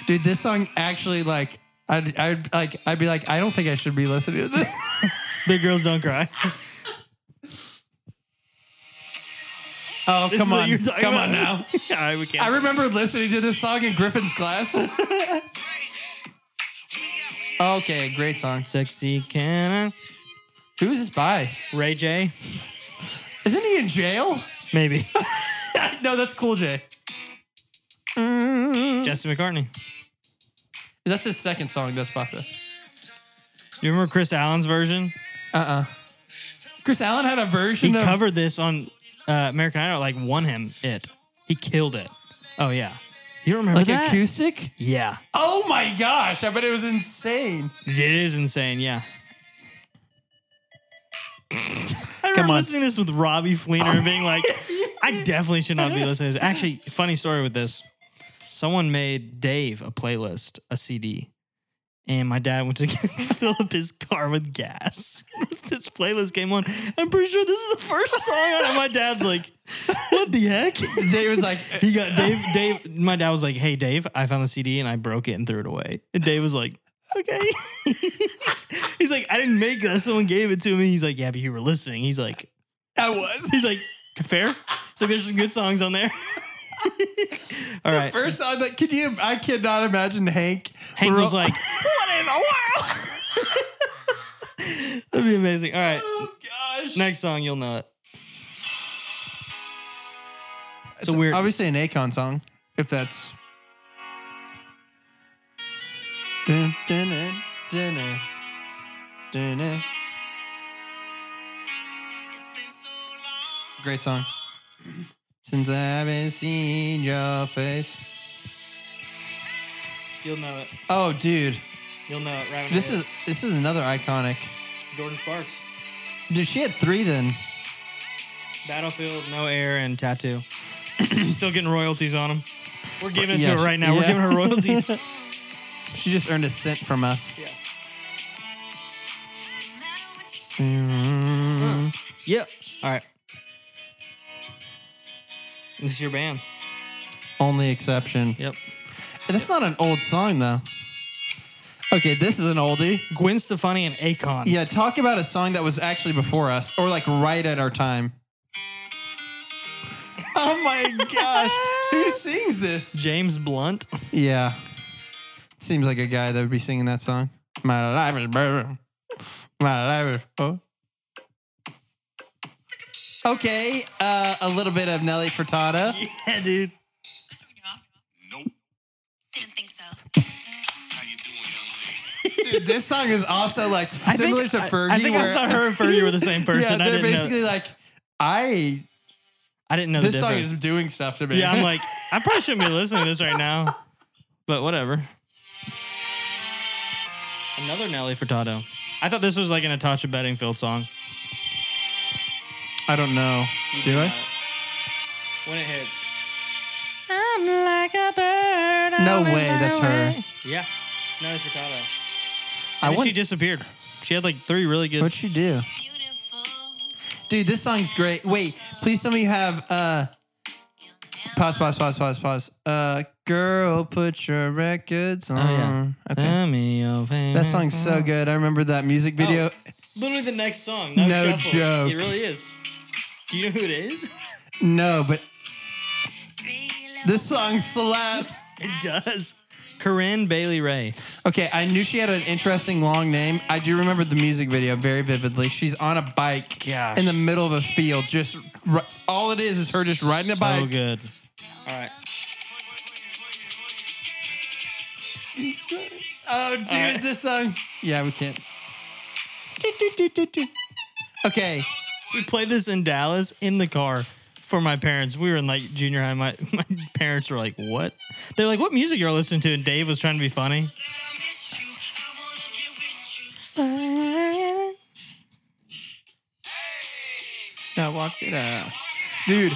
S2: Dude, this song actually like I'd, I'd like I'd be like I don't think I should be listening to this.
S1: big girls don't cry.
S2: Oh
S1: This is
S2: come
S1: what
S2: on,
S1: you're
S2: come
S1: talking
S2: on
S1: about?
S2: now.
S1: All right, we can't.
S2: I remember listening to this song in Griffin's class. okay, great song.
S1: Sexy can
S2: Who is this by?
S1: I? Ray J?
S2: Isn't he in jail?
S1: Maybe
S2: no, that's Cool J. Mm.
S1: Jesse McCartney.
S2: That's his second song. That's Pasta.
S1: You remember Chris Allen's version?
S2: Uh uh Chris Allen had a
S1: He
S2: version of.
S1: covered this on uh, American Idol. Like won him it. He killed it. Oh yeah. You don't remember
S2: like
S1: that?
S2: acoustic?
S1: yeah.
S2: Oh my gosh! I bet it was insane.
S1: It is insane. Yeah. I remember
S4: on.
S1: listening to this with Robbie Fleener and being like, I definitely should not be listening to this. Actually, funny story with this. Someone made Dave a playlist, a CD, and my dad went to fill up his car with gas. this playlist came on. I'm pretty sure this is the first song. on it. And my dad's like, what the heck?
S2: Dave was like,
S1: He got Dave. Dave. My dad was like, "Hey, Dave, I found the CD and I broke it and threw it away." And Dave was like, "Okay." he's like, "I didn't make that. Someone gave it to me." He's like, "Yeah, but you were listening." He's like,
S2: I was.
S1: "He's like, fair." So there's some good songs on there. All right.
S2: First song that can you? I cannot imagine Hank.
S1: Hank
S2: ro-
S1: was like,
S2: "What in the world?"
S1: "That'd be amazing." All right.
S2: Oh gosh!
S1: Next song, you'll know it. It's a
S2: It's
S1: weird.
S2: Obviously, an Akon song, if that's. Dun, dun, dun, dun, dun, dun, dun. Great song. Since I haven't seen your face.
S1: You'll know it.
S2: Oh, dude,
S1: You'll know it. Right. when
S2: this
S1: it
S2: is this is another iconic.
S1: hits. Jordan Sparks,
S2: Dude, she had three then.
S1: Battlefield, No Air, and Tattoo. Still getting royalties on them. We're giving it
S2: Yeah,
S1: to her right now. We're
S2: yeah.
S1: giving her royalties.
S2: She just earned a cent from us.
S1: Yeah.
S2: Mm.
S1: Yep. All right. This is your band.
S2: Only exception.
S1: Yep.
S2: And That's not an old song though. Okay, this is an oldie.
S1: Gwen Stefani and Akon.
S2: Yeah, talk about a song that was actually before us, or like right at our time. Oh my gosh, who sings this?
S1: James Blunt.
S2: Yeah, seems like a guy that would be singing that song. My life is better. My life is. Oh. Okay, uh, a little bit of Nelly Furtado.
S1: Yeah, dude.
S5: Nope.
S3: Didn't think so.
S5: How you doing, young lady?
S2: Dude, this song is also like similar to Fergie.
S1: I, think I
S2: where-
S1: thought her and Fergie were the same person.
S2: Yeah,
S1: I
S2: they're
S1: didn't know.
S2: basically like, I.
S1: I didn't know the
S2: This song
S1: difference.
S2: is doing stuff to me.
S1: yeah, I'm like, I probably shouldn't be listening to this right now, but whatever. Another Nelly Furtado. I thought this was like a Natasha Bedingfield song.
S2: I don't know. Do I?
S1: When it hits. I'm like a bird.
S2: No
S1: I'm in
S2: way,
S1: my
S2: that's her.
S1: way. Yeah, it's Nelly Furtado.
S2: I
S1: And then she
S2: want.
S1: disappeared. She had like three really good.
S2: What'd she do? Dude, this song's great. Wait, please tell me you have uh pause, pause, pause, pause, pause. Uh, girl, put your records on.
S1: Oh, yeah.
S2: Okay,
S1: Tell me your
S2: that song's so
S1: favorite- Oh.
S2: good. I remember that music video.
S1: Literally the next song. No,
S2: No
S1: shuffle.
S2: joke.
S1: It really is. Do you know who it is?
S2: No, but this song slaps.
S1: it does. Corinne Bailey Ray.
S2: Okay, I knew she had an interesting long name. I do remember the music video very vividly. She's on a bike
S1: Gosh.
S2: in the middle of a field. Just ri- all it is is her just riding a
S1: So
S2: bike.
S1: good. All right.
S2: Oh, dude,
S1: Alright.
S2: this song. Yeah, we can't. Okay,
S1: We played this in Dallas in the car for my parents. We were in like junior high. My, my parents were like, "What?" They're like, "What music you're listening to?" And Dave was trying to be funny.
S2: now walk it out, dude.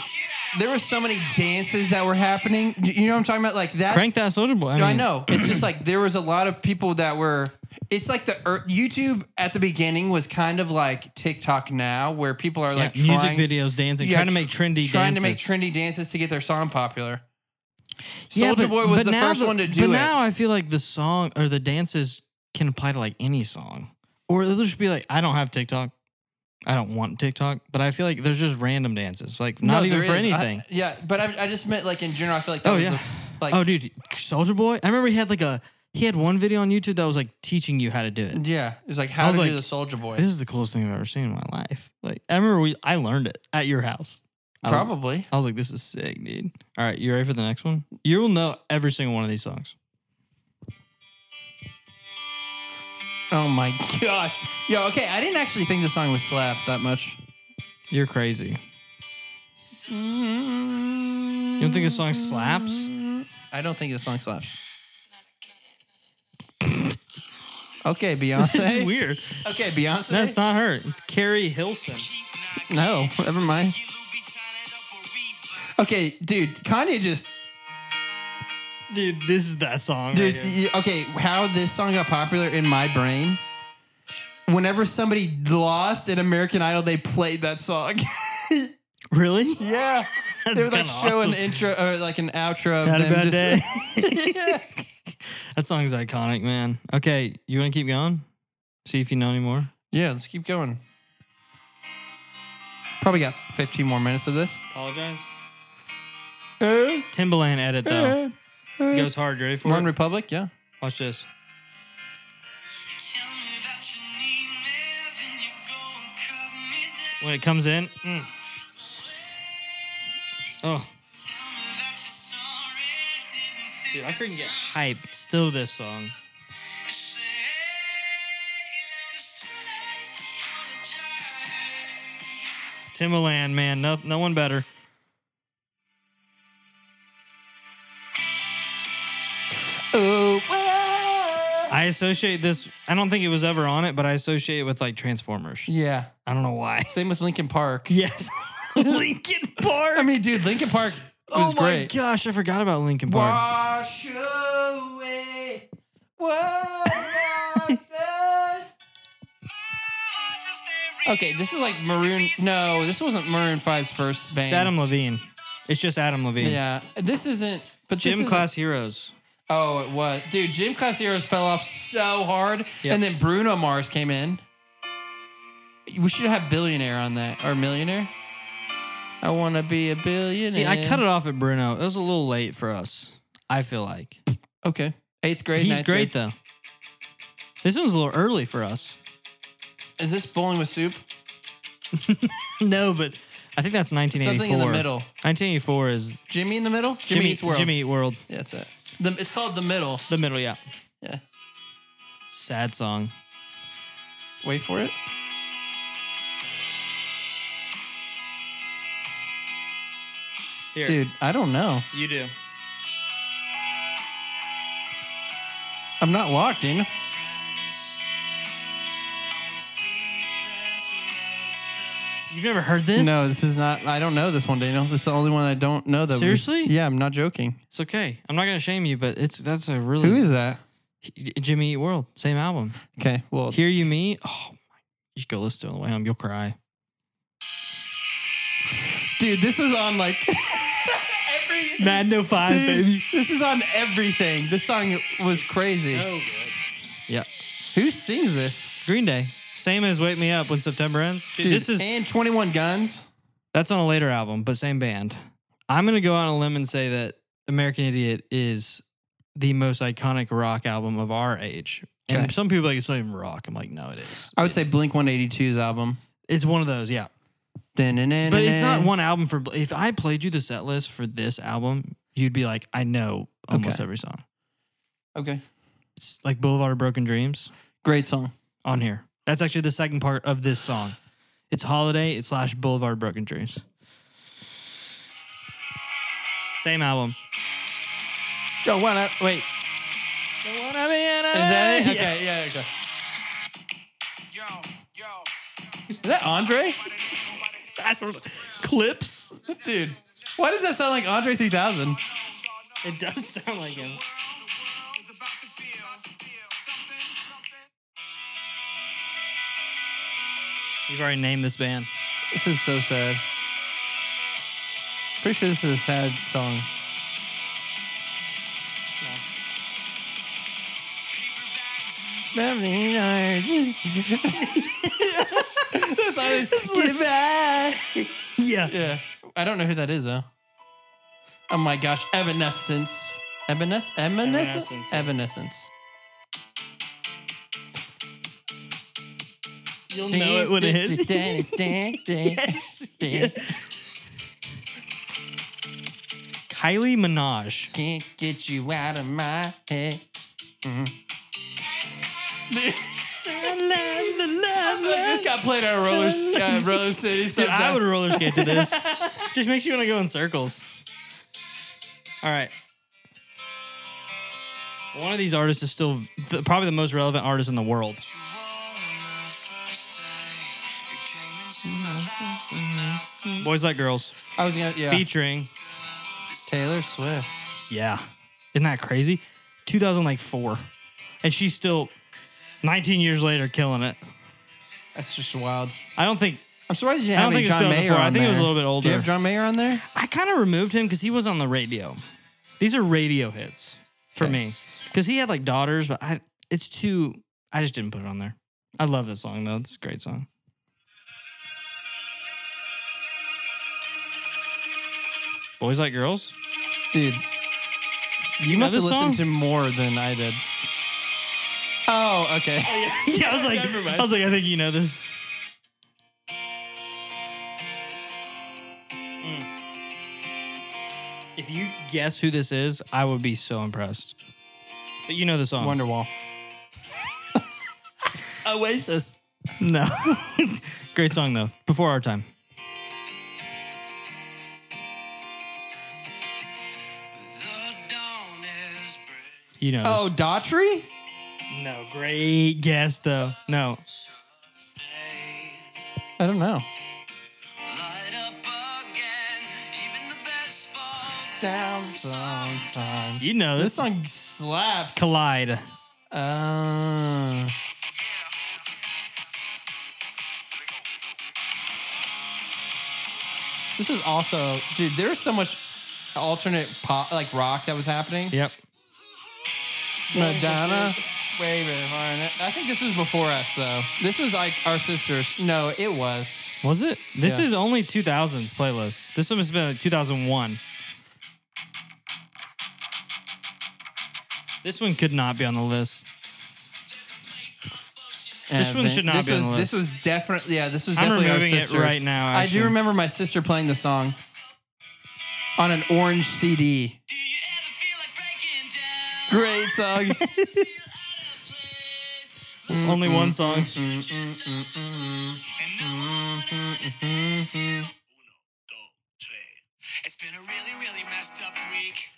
S2: There were so many dances that were happening. You- You know what I'm talking about? Like that.
S1: Crank that soldier boy. I,
S2: No, I
S1: mean,
S2: know. It's just like there was a lot of people that were. It's like the ear- YouTube at the beginning was kind of like TikTok now, where people are
S1: Yeah,
S2: like
S1: music
S2: trying,
S1: videos, dancing,
S2: yeah,
S1: trying to make trendy,
S2: trying to make
S1: dances.
S2: trendy dances to get their song popular.
S1: Yeah,
S2: Soldier
S1: but-
S2: Boy was
S1: but
S2: the
S1: now
S2: first one to do
S1: But
S2: it.
S1: now I feel like the song or the dances can apply to like any song, or they'll just be like, "I don't have TikTok." I don't want TikTok, but I feel like there's just random dances, like not
S2: No,
S1: even
S2: there
S1: for
S2: is. I-
S1: anything.
S2: yeah, but I, I just meant like in general. I feel like that
S1: Oh,
S2: was
S1: yeah.
S2: the, like
S1: oh, dude, Soldier Boy. I remember he had like a he had one video on YouTube that was like teaching you how to do it.
S2: yeah, it was like
S1: I
S2: how
S1: was
S2: to
S1: like,
S2: do the Soldier Boy.
S1: This is the coolest thing I've ever seen in my life. Like I remember we I learned it at your house. I was-
S2: Probably.
S1: I was like, this is sick, dude. All right, you ready for the next one? You will know every single one of these songs.
S2: Oh my gosh. Yo, okay, I didn't actually think the song was slap that much.
S1: You're crazy. You don't think the song slaps?
S2: I don't think the song slaps. Okay, Beyonce.
S1: This is weird.
S2: Okay, Beyonce.
S1: That's not her. It's Carrie Hilson.
S2: no, never mind. Okay, dude, Kanye just
S1: Dude, this is that song.
S2: dude. y- okay, how this song got popular in my brain? Whenever somebody lost in American Idol, they played that song.
S1: Really?
S2: yeah, they
S1: That's
S2: would like
S1: kinda
S2: show an
S1: awesome.
S2: intro or like an outro. Of
S1: Had a
S2: them
S1: bad day.
S2: just- Yeah.
S1: that song's iconic, man. Okay, you want to keep going? See if you know any more.
S2: Yeah, let's keep going. Probably got 15 more minutes of this.
S1: Apologize. Timbaland edit though. It goes hard. You ready for
S2: One
S1: it?
S2: Republic, yeah.
S1: Watch this. When it comes in. mm. Oh, dude, I freaking get hyped. Still this song. Timbaland, man, no, no one better.
S2: Oh,
S1: I associate this. I don't think it was ever on it, but I associate it with like Transformers.
S2: yeah.
S1: I don't know why.
S2: Same with Lincoln Park.
S1: Yes, Lincoln Park.
S2: I mean, dude, Lincoln Park
S1: oh
S2: was
S1: my
S2: great.
S1: gosh, I forgot about Lincoln Park.
S2: Wash away what I've done. Okay, this is like Maroon. No, this wasn't Maroon 5's first band.
S1: It's Adam Levine. It's just Adam Levine.
S2: Yeah, this isn't. But this
S1: Gym
S2: isn't-
S1: class heroes.
S2: Oh, it was. Dude, Gym Class Heroes fell off so hard.
S1: Yep.
S2: And then Bruno Mars came in. We should have billionaire on that or millionaire. I want to be a billionaire.
S1: See, I cut it off at Bruno. It was a little late for us. I feel like
S2: Okay. Eighth grade.
S1: he's
S2: ninth
S1: great
S2: grade.
S1: though. This one's a little early for us.
S2: Is this bowling with soup?
S1: no, but I think that's 1984.
S2: Something in the middle.
S1: 1984 is
S2: Jimmy in the middle? Jimmy,
S1: Jimmy
S2: Eats World.
S1: Jimmy Eat World.
S2: Yeah, that's it. The, it's called The Middle.
S1: The middle, yeah.
S2: Yeah.
S1: Sad song.
S2: Wait for it.
S1: Here,
S2: Dude, I don't know.
S1: you do.
S2: I'm not locked in.
S1: You've never heard this?
S2: No, this is not. I don't know this one, Daniel. This is the only one I don't know. That we-
S1: Seriously?
S2: yeah, I'm not joking.
S1: It's okay. I'm not gonna shame you, but it's that's a really
S2: Who is that?
S1: Jimmy Eat World, same album.
S2: Okay, well,
S1: Hear You Me. Oh my you should go listen to it on the way home, you'll cry.
S2: Dude, this is on like every
S1: Mad No Five,
S2: dude, This is on everything. This song was crazy.
S1: Yeah.
S2: Who sings this?
S1: Green Day. Same as Wake Me Up when September ends. Dude, this is
S2: and Twenty One Guns.
S1: that's on a later album, but same band. I'm gonna go out on a limb and say that American Idiot is the most iconic rock album of our age.
S2: Okay.
S1: And some people are like it's not even rock. I'm like, no, it is.
S2: I would say Blink 182's album.
S1: it's one of those, yeah.
S2: But
S1: But it's
S2: it's
S1: not one album for. If I played you the set list for this album, you'd be like, I know almost
S2: Okay.
S1: every song.
S2: Okay.
S1: It's like Boulevard of Broken Dreams
S2: Great song.
S1: on here. That's actually the second part of this song. It's Holiday. It's slash Boulevard of Broken Dreams. Same album.
S2: Yo, why not? Wait. Is that it? Okay, yeah, okay.
S5: Yo, yo.
S2: Is that Andre?
S1: I don't know. Clips.
S2: Dude, why does that sound like Andre 3000?
S1: It does sound like him. You've already named this band.
S2: This is so sad. Pretty sure this is a sad song. That's always,
S1: Yeah.
S2: yeah. I don't know who that is though. Oh my gosh, Evanescence. Evanes- Evanescence?
S1: Evanescence, yeah.
S2: Evanescence.
S1: You'll know it when it hits. Yes. Yeah. Kylie Minaj.
S2: Can't get you out of my head. this got played at Roller, uh, roller City.
S1: Dude, I would
S2: sometime.
S1: roller skate to this. Just makes you want to go in circles. All right. One of these artists is still th- probably the most relevant artist in the world. Boys Like Girls
S2: I was gonna yeah.
S1: featuring.
S2: Taylor Swift.
S1: Yeah. Isn't that crazy? 2004. And she's still 19 years later killing it.
S2: That's just wild.
S1: I don't think
S2: I'm surprised you didn't
S1: I
S2: have
S1: don't
S2: any
S1: think it was
S2: John Mayer
S1: 2004.
S2: on
S1: I think it was a
S2: there.
S1: little bit
S2: Do you
S1: older.
S2: have John Mayer on there?
S1: I kind of removed him because he was on the radio. These are radio hits for
S2: Okay.
S1: me because he had like daughters, but I it's too. I just didn't put it on there. I love this song though. It's a great song. Boys like girls.
S2: Dude, you,
S1: know
S2: must have
S1: this song?
S2: listened to more than I did. Oh, okay.
S1: yeah, I was like,
S2: Never mind.
S1: I was like, I think you know this.
S2: Mm.
S1: If you guess who this is, I would be so impressed. But you know the song.
S2: Wonderwall. Oasis.
S1: No. Great song though. Before our time. You know.
S2: Oh, Daughtry?
S1: this. no. Great guess though. No.
S2: I don't know. Down sometime.
S1: You know
S2: This
S1: this.
S2: song slaps.
S1: Collide.
S2: Uh, this is also, dude. There was so much alternate pop, like rock, that was happening.
S1: Yep.
S2: Madonna. Wait a minute, hold on. I think this was before us, though. This was like our sisters. No, it was.
S1: Was it? This
S2: Yeah.
S1: is only 2000s playlist. This one has been like 2001. This one could not be on the list. This one should not
S2: this
S1: be on
S2: was,
S1: the
S2: This was definitely, yeah, this was
S1: I'm
S2: definitely our
S1: removing it
S2: sisters.
S1: right now,
S2: I do
S1: actually.
S2: remember my sister playing the song on an orange CD. Great song.
S1: Only one song.
S2: mm,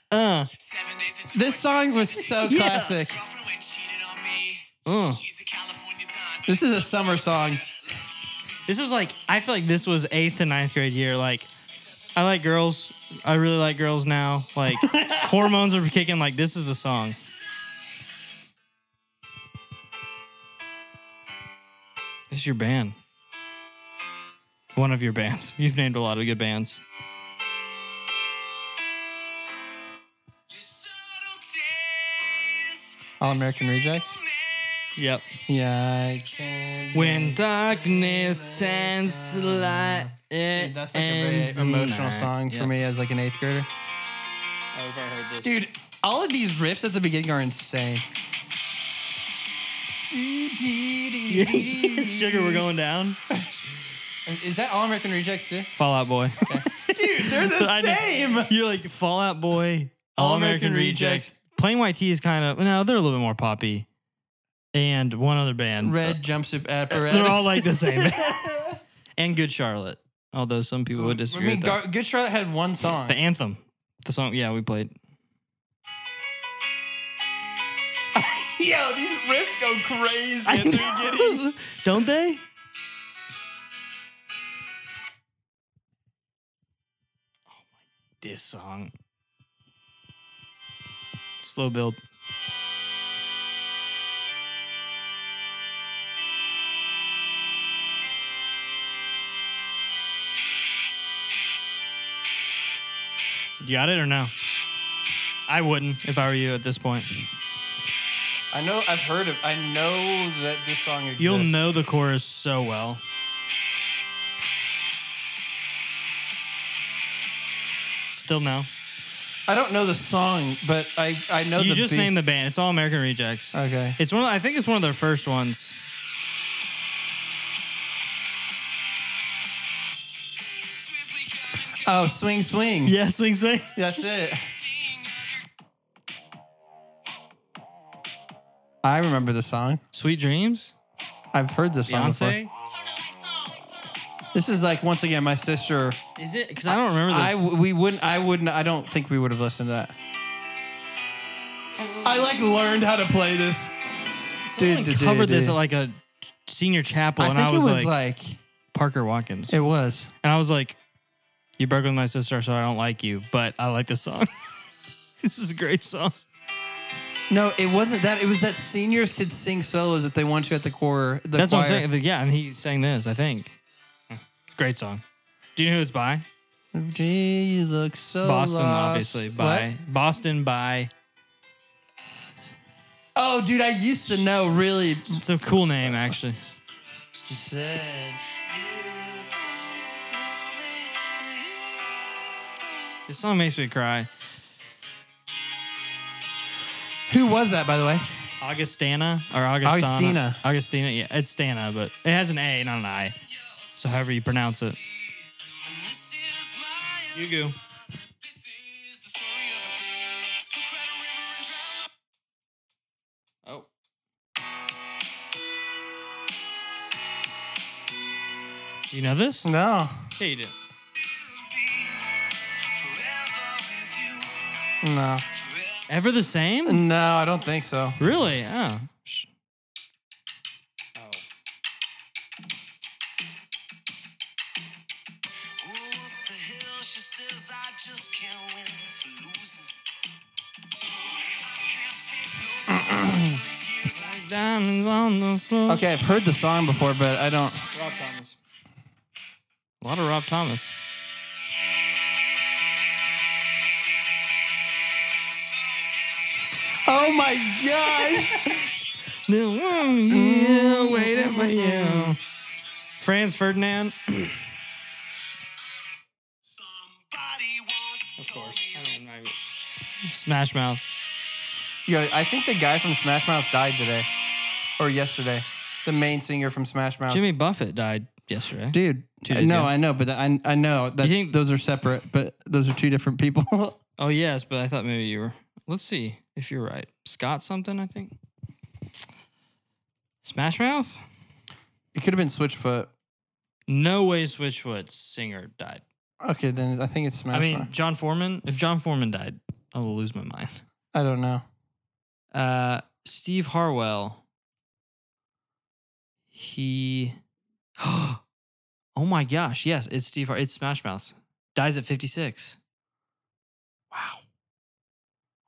S1: Uh,
S2: this song was so
S1: Yeah.
S2: classic.
S1: uh.
S2: This is a summer song.
S1: This was like I feel like this was eighth and ninth grade year. Like I like girls. I really like girls now. Like hormones are kicking. Like this is the song. This is your band. One of your bands. You've named a lot of good bands.
S2: All American Rejects.
S1: Yep.
S2: Yeah, I can.
S1: When darkness turns to light, it
S2: Dude, that's like a very emotional song for me as like an eighth grader.
S1: I wish I heard this.
S2: Dude, all of these riffs at the beginning are insane.
S1: Sugar, we're going down.
S2: Is that All American Rejects too?
S1: Fallout Boy.
S2: Dude, they're the
S1: I know. You're like Fallout Boy,
S2: All American Rejects.
S1: Plain White Tee is kind of no, they're a little bit more poppy, and one other band.
S2: Red jumpsuit
S1: Uh,
S2: apparatus.
S1: They're all like the same. and Good Charlotte, although some people would
S2: I
S1: disagree.
S2: mean,
S1: with that.
S2: Gar- Good Charlotte had one song.
S1: the anthem, the song. Yeah, we played.
S2: Yo, these riffs go crazy.
S1: I
S2: at the
S1: know.
S2: beginning.
S1: Don't they? This song. Slow build. You got it or no? I wouldn't if I were you at this point.
S2: I know I've heard of. I know that this song exists.
S1: You'll know the chorus so well. Still no.
S2: I don't know the song, but I I know
S1: you
S2: Oh, the
S1: just
S2: beat.
S1: named the band. It's all American Rejects.
S2: Okay.
S1: It's one. Of, I think it's one of their first ones.
S2: Oh, swing, swing.
S1: Yeah, sing, sing.
S2: That's it. I remember the song.
S1: Sweet dreams.
S2: I've heard this song
S1: Beyonce.
S2: before. This is like once again my sister.
S1: Is it? Because I don't remember
S2: I
S1: this.
S2: w- we wouldn't. I wouldn't. I don't think we would have listened to that. I like learned how to play this.
S1: Someone
S2: dude,
S1: covered
S2: dude,
S1: this
S2: dude.
S1: at like a senior chapel,
S2: I
S1: and
S2: think
S1: I was,
S2: it was
S1: like,
S2: like,
S1: Parker Watkins,
S2: it was.
S1: and I was like, "You broke with my sister, so I don't like you, but I like this song. this is a great song."
S2: No, it wasn't that. It was that seniors could sing solos if they want to at the core. The
S1: That's
S2: choir.
S1: what I'm saying. The- Yeah, and he sang this, I think. Hmm. Great song. Do you know who it's by?
S2: Gee, you look so
S1: Boston,
S2: Oh, lost.
S1: obviously.
S2: What?
S1: By Boston by
S2: Oh, dude, I used to know really.
S1: it's a cool name actually. This song makes me cry.
S2: Who was that, by the way?
S1: Augustana or Augustana.
S2: Augustina.
S1: Augustina, yeah. It's Stana, but it has an A, not an I. So however you pronounce it. Yugu. Oh. You know this?
S2: No.
S1: Yeah, you do.
S2: No.
S1: Ever the same?
S2: No, I don't think so.
S1: Really? Oh. Sh- Diamonds on the floor.
S2: Okay, I've heard the song before, but I don't.
S1: Rob Thomas. A lot of Rob Thomas.
S2: Oh my god!
S1: Yeah, waiting for you. Mm-hmm. Franz Ferdinand. Of course. Smash Mouth.
S2: Yo, I think the guy from Smash Mouth died today, or yesterday. The main singer from Smash Mouth.
S1: Jimmy Buffett died yesterday.
S2: Dude,
S1: Two
S2: I-
S1: days
S2: no,
S1: ago.
S2: I know, but I I know that
S1: You think-
S2: those are separate, but those are two different people.
S1: Oh yes, but I thought maybe you were. Let's see if you're right. Scott something, I think. Smash Mouth?
S2: it could have been Switchfoot.
S1: No way Switchfoot singer died.
S2: Okay, then I think it's Smash
S1: I mean,
S2: Mouth.
S1: John Foreman. If John Foreman died, I will lose my mind.
S2: I don't know.
S1: Uh, Steve Harwell. He. Oh my gosh. Yes, it's Steve. Har- it's Smash Mouth. Dies at 56. Wow.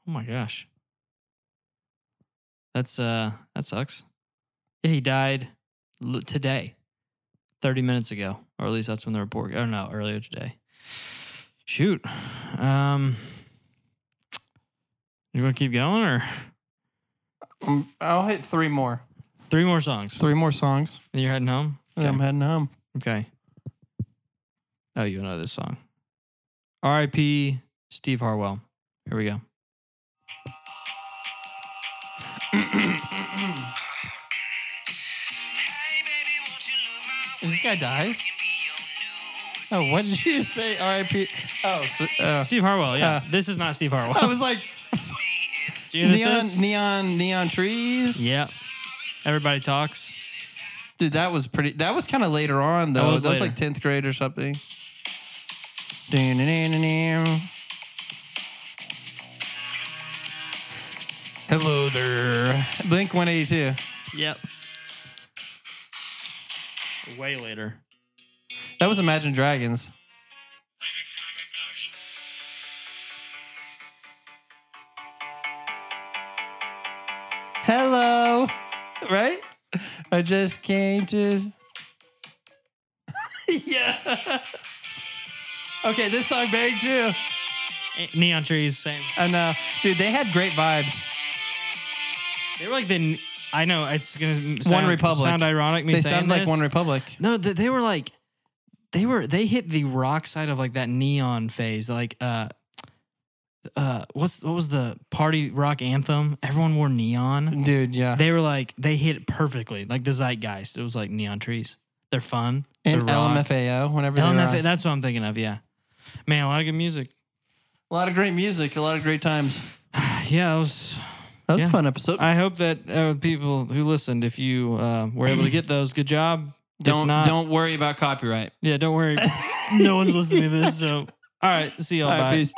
S1: Oh my gosh. That's, uh, that sucks. Yeah, he died l- today, 30 minutes ago, or at least that's when the report, oh no, earlier today. Shoot. Um, you want to keep going or?
S2: Um, I'll hit three more.
S1: Three more songs.
S2: Three more songs.
S1: And you're heading home?
S2: and I'm heading home.
S1: Okay. Oh, you know this song. R.I.P. Steve Harwell. Here we go.
S2: Did this guy die? Oh, what did you say? R.I.P. Oh, so, uh,
S1: Steve Harwell, yeah.
S2: Uh,
S1: this is not Steve Harwell.
S2: I was like
S1: Do you know who this
S2: neon,
S1: is?
S2: neon, neon trees.
S1: Yeah. Everybody talks.
S2: dude, that was pretty. That was kind of later on though.
S1: That
S2: That
S1: was
S2: was,
S1: later.
S2: like tenth grade or something. Dun-dun-dun-dun-dun. Hello there, Blink One Eighty Two.
S1: Yep. Way later.
S2: That was Imagine Dragons. Hello, right? I just came to. yeah. okay, this song bang too.
S1: Eh, Neon trees, same.
S2: I know, dude. They had great vibes.
S1: They were like the. I know it's gonna sound,
S2: One Republic.
S1: sound ironic. Me
S2: They
S1: saying
S2: sound like
S1: this.
S2: One Republic.
S1: No, th- they were like, they were they hit the rock side of like that neon phase. Like, uh, uh, what's what was the party rock anthem? Everyone wore neon.
S2: Dude, yeah.
S1: They were like they hit it perfectly, like the zeitgeist. It was like neon trees. They're fun.
S2: and
S1: they're rock.
S2: LMFAO. Whenever they were
S1: LMFA.
S2: on.
S1: That's what I'm thinking of. Yeah, man, a lot of good music.
S2: a lot of great music, a lot of great times.
S1: Yeah, that was.
S2: That was
S1: Yeah.
S2: a fun episode.
S1: I hope that uh, people who listened, if you uh, were able to get those, good job. If
S2: don't
S1: not-
S2: don't worry about copyright.
S1: Yeah, don't worry. no one's listening to this. So, all right. See y'all.
S2: All right,
S1: bye.
S2: peace.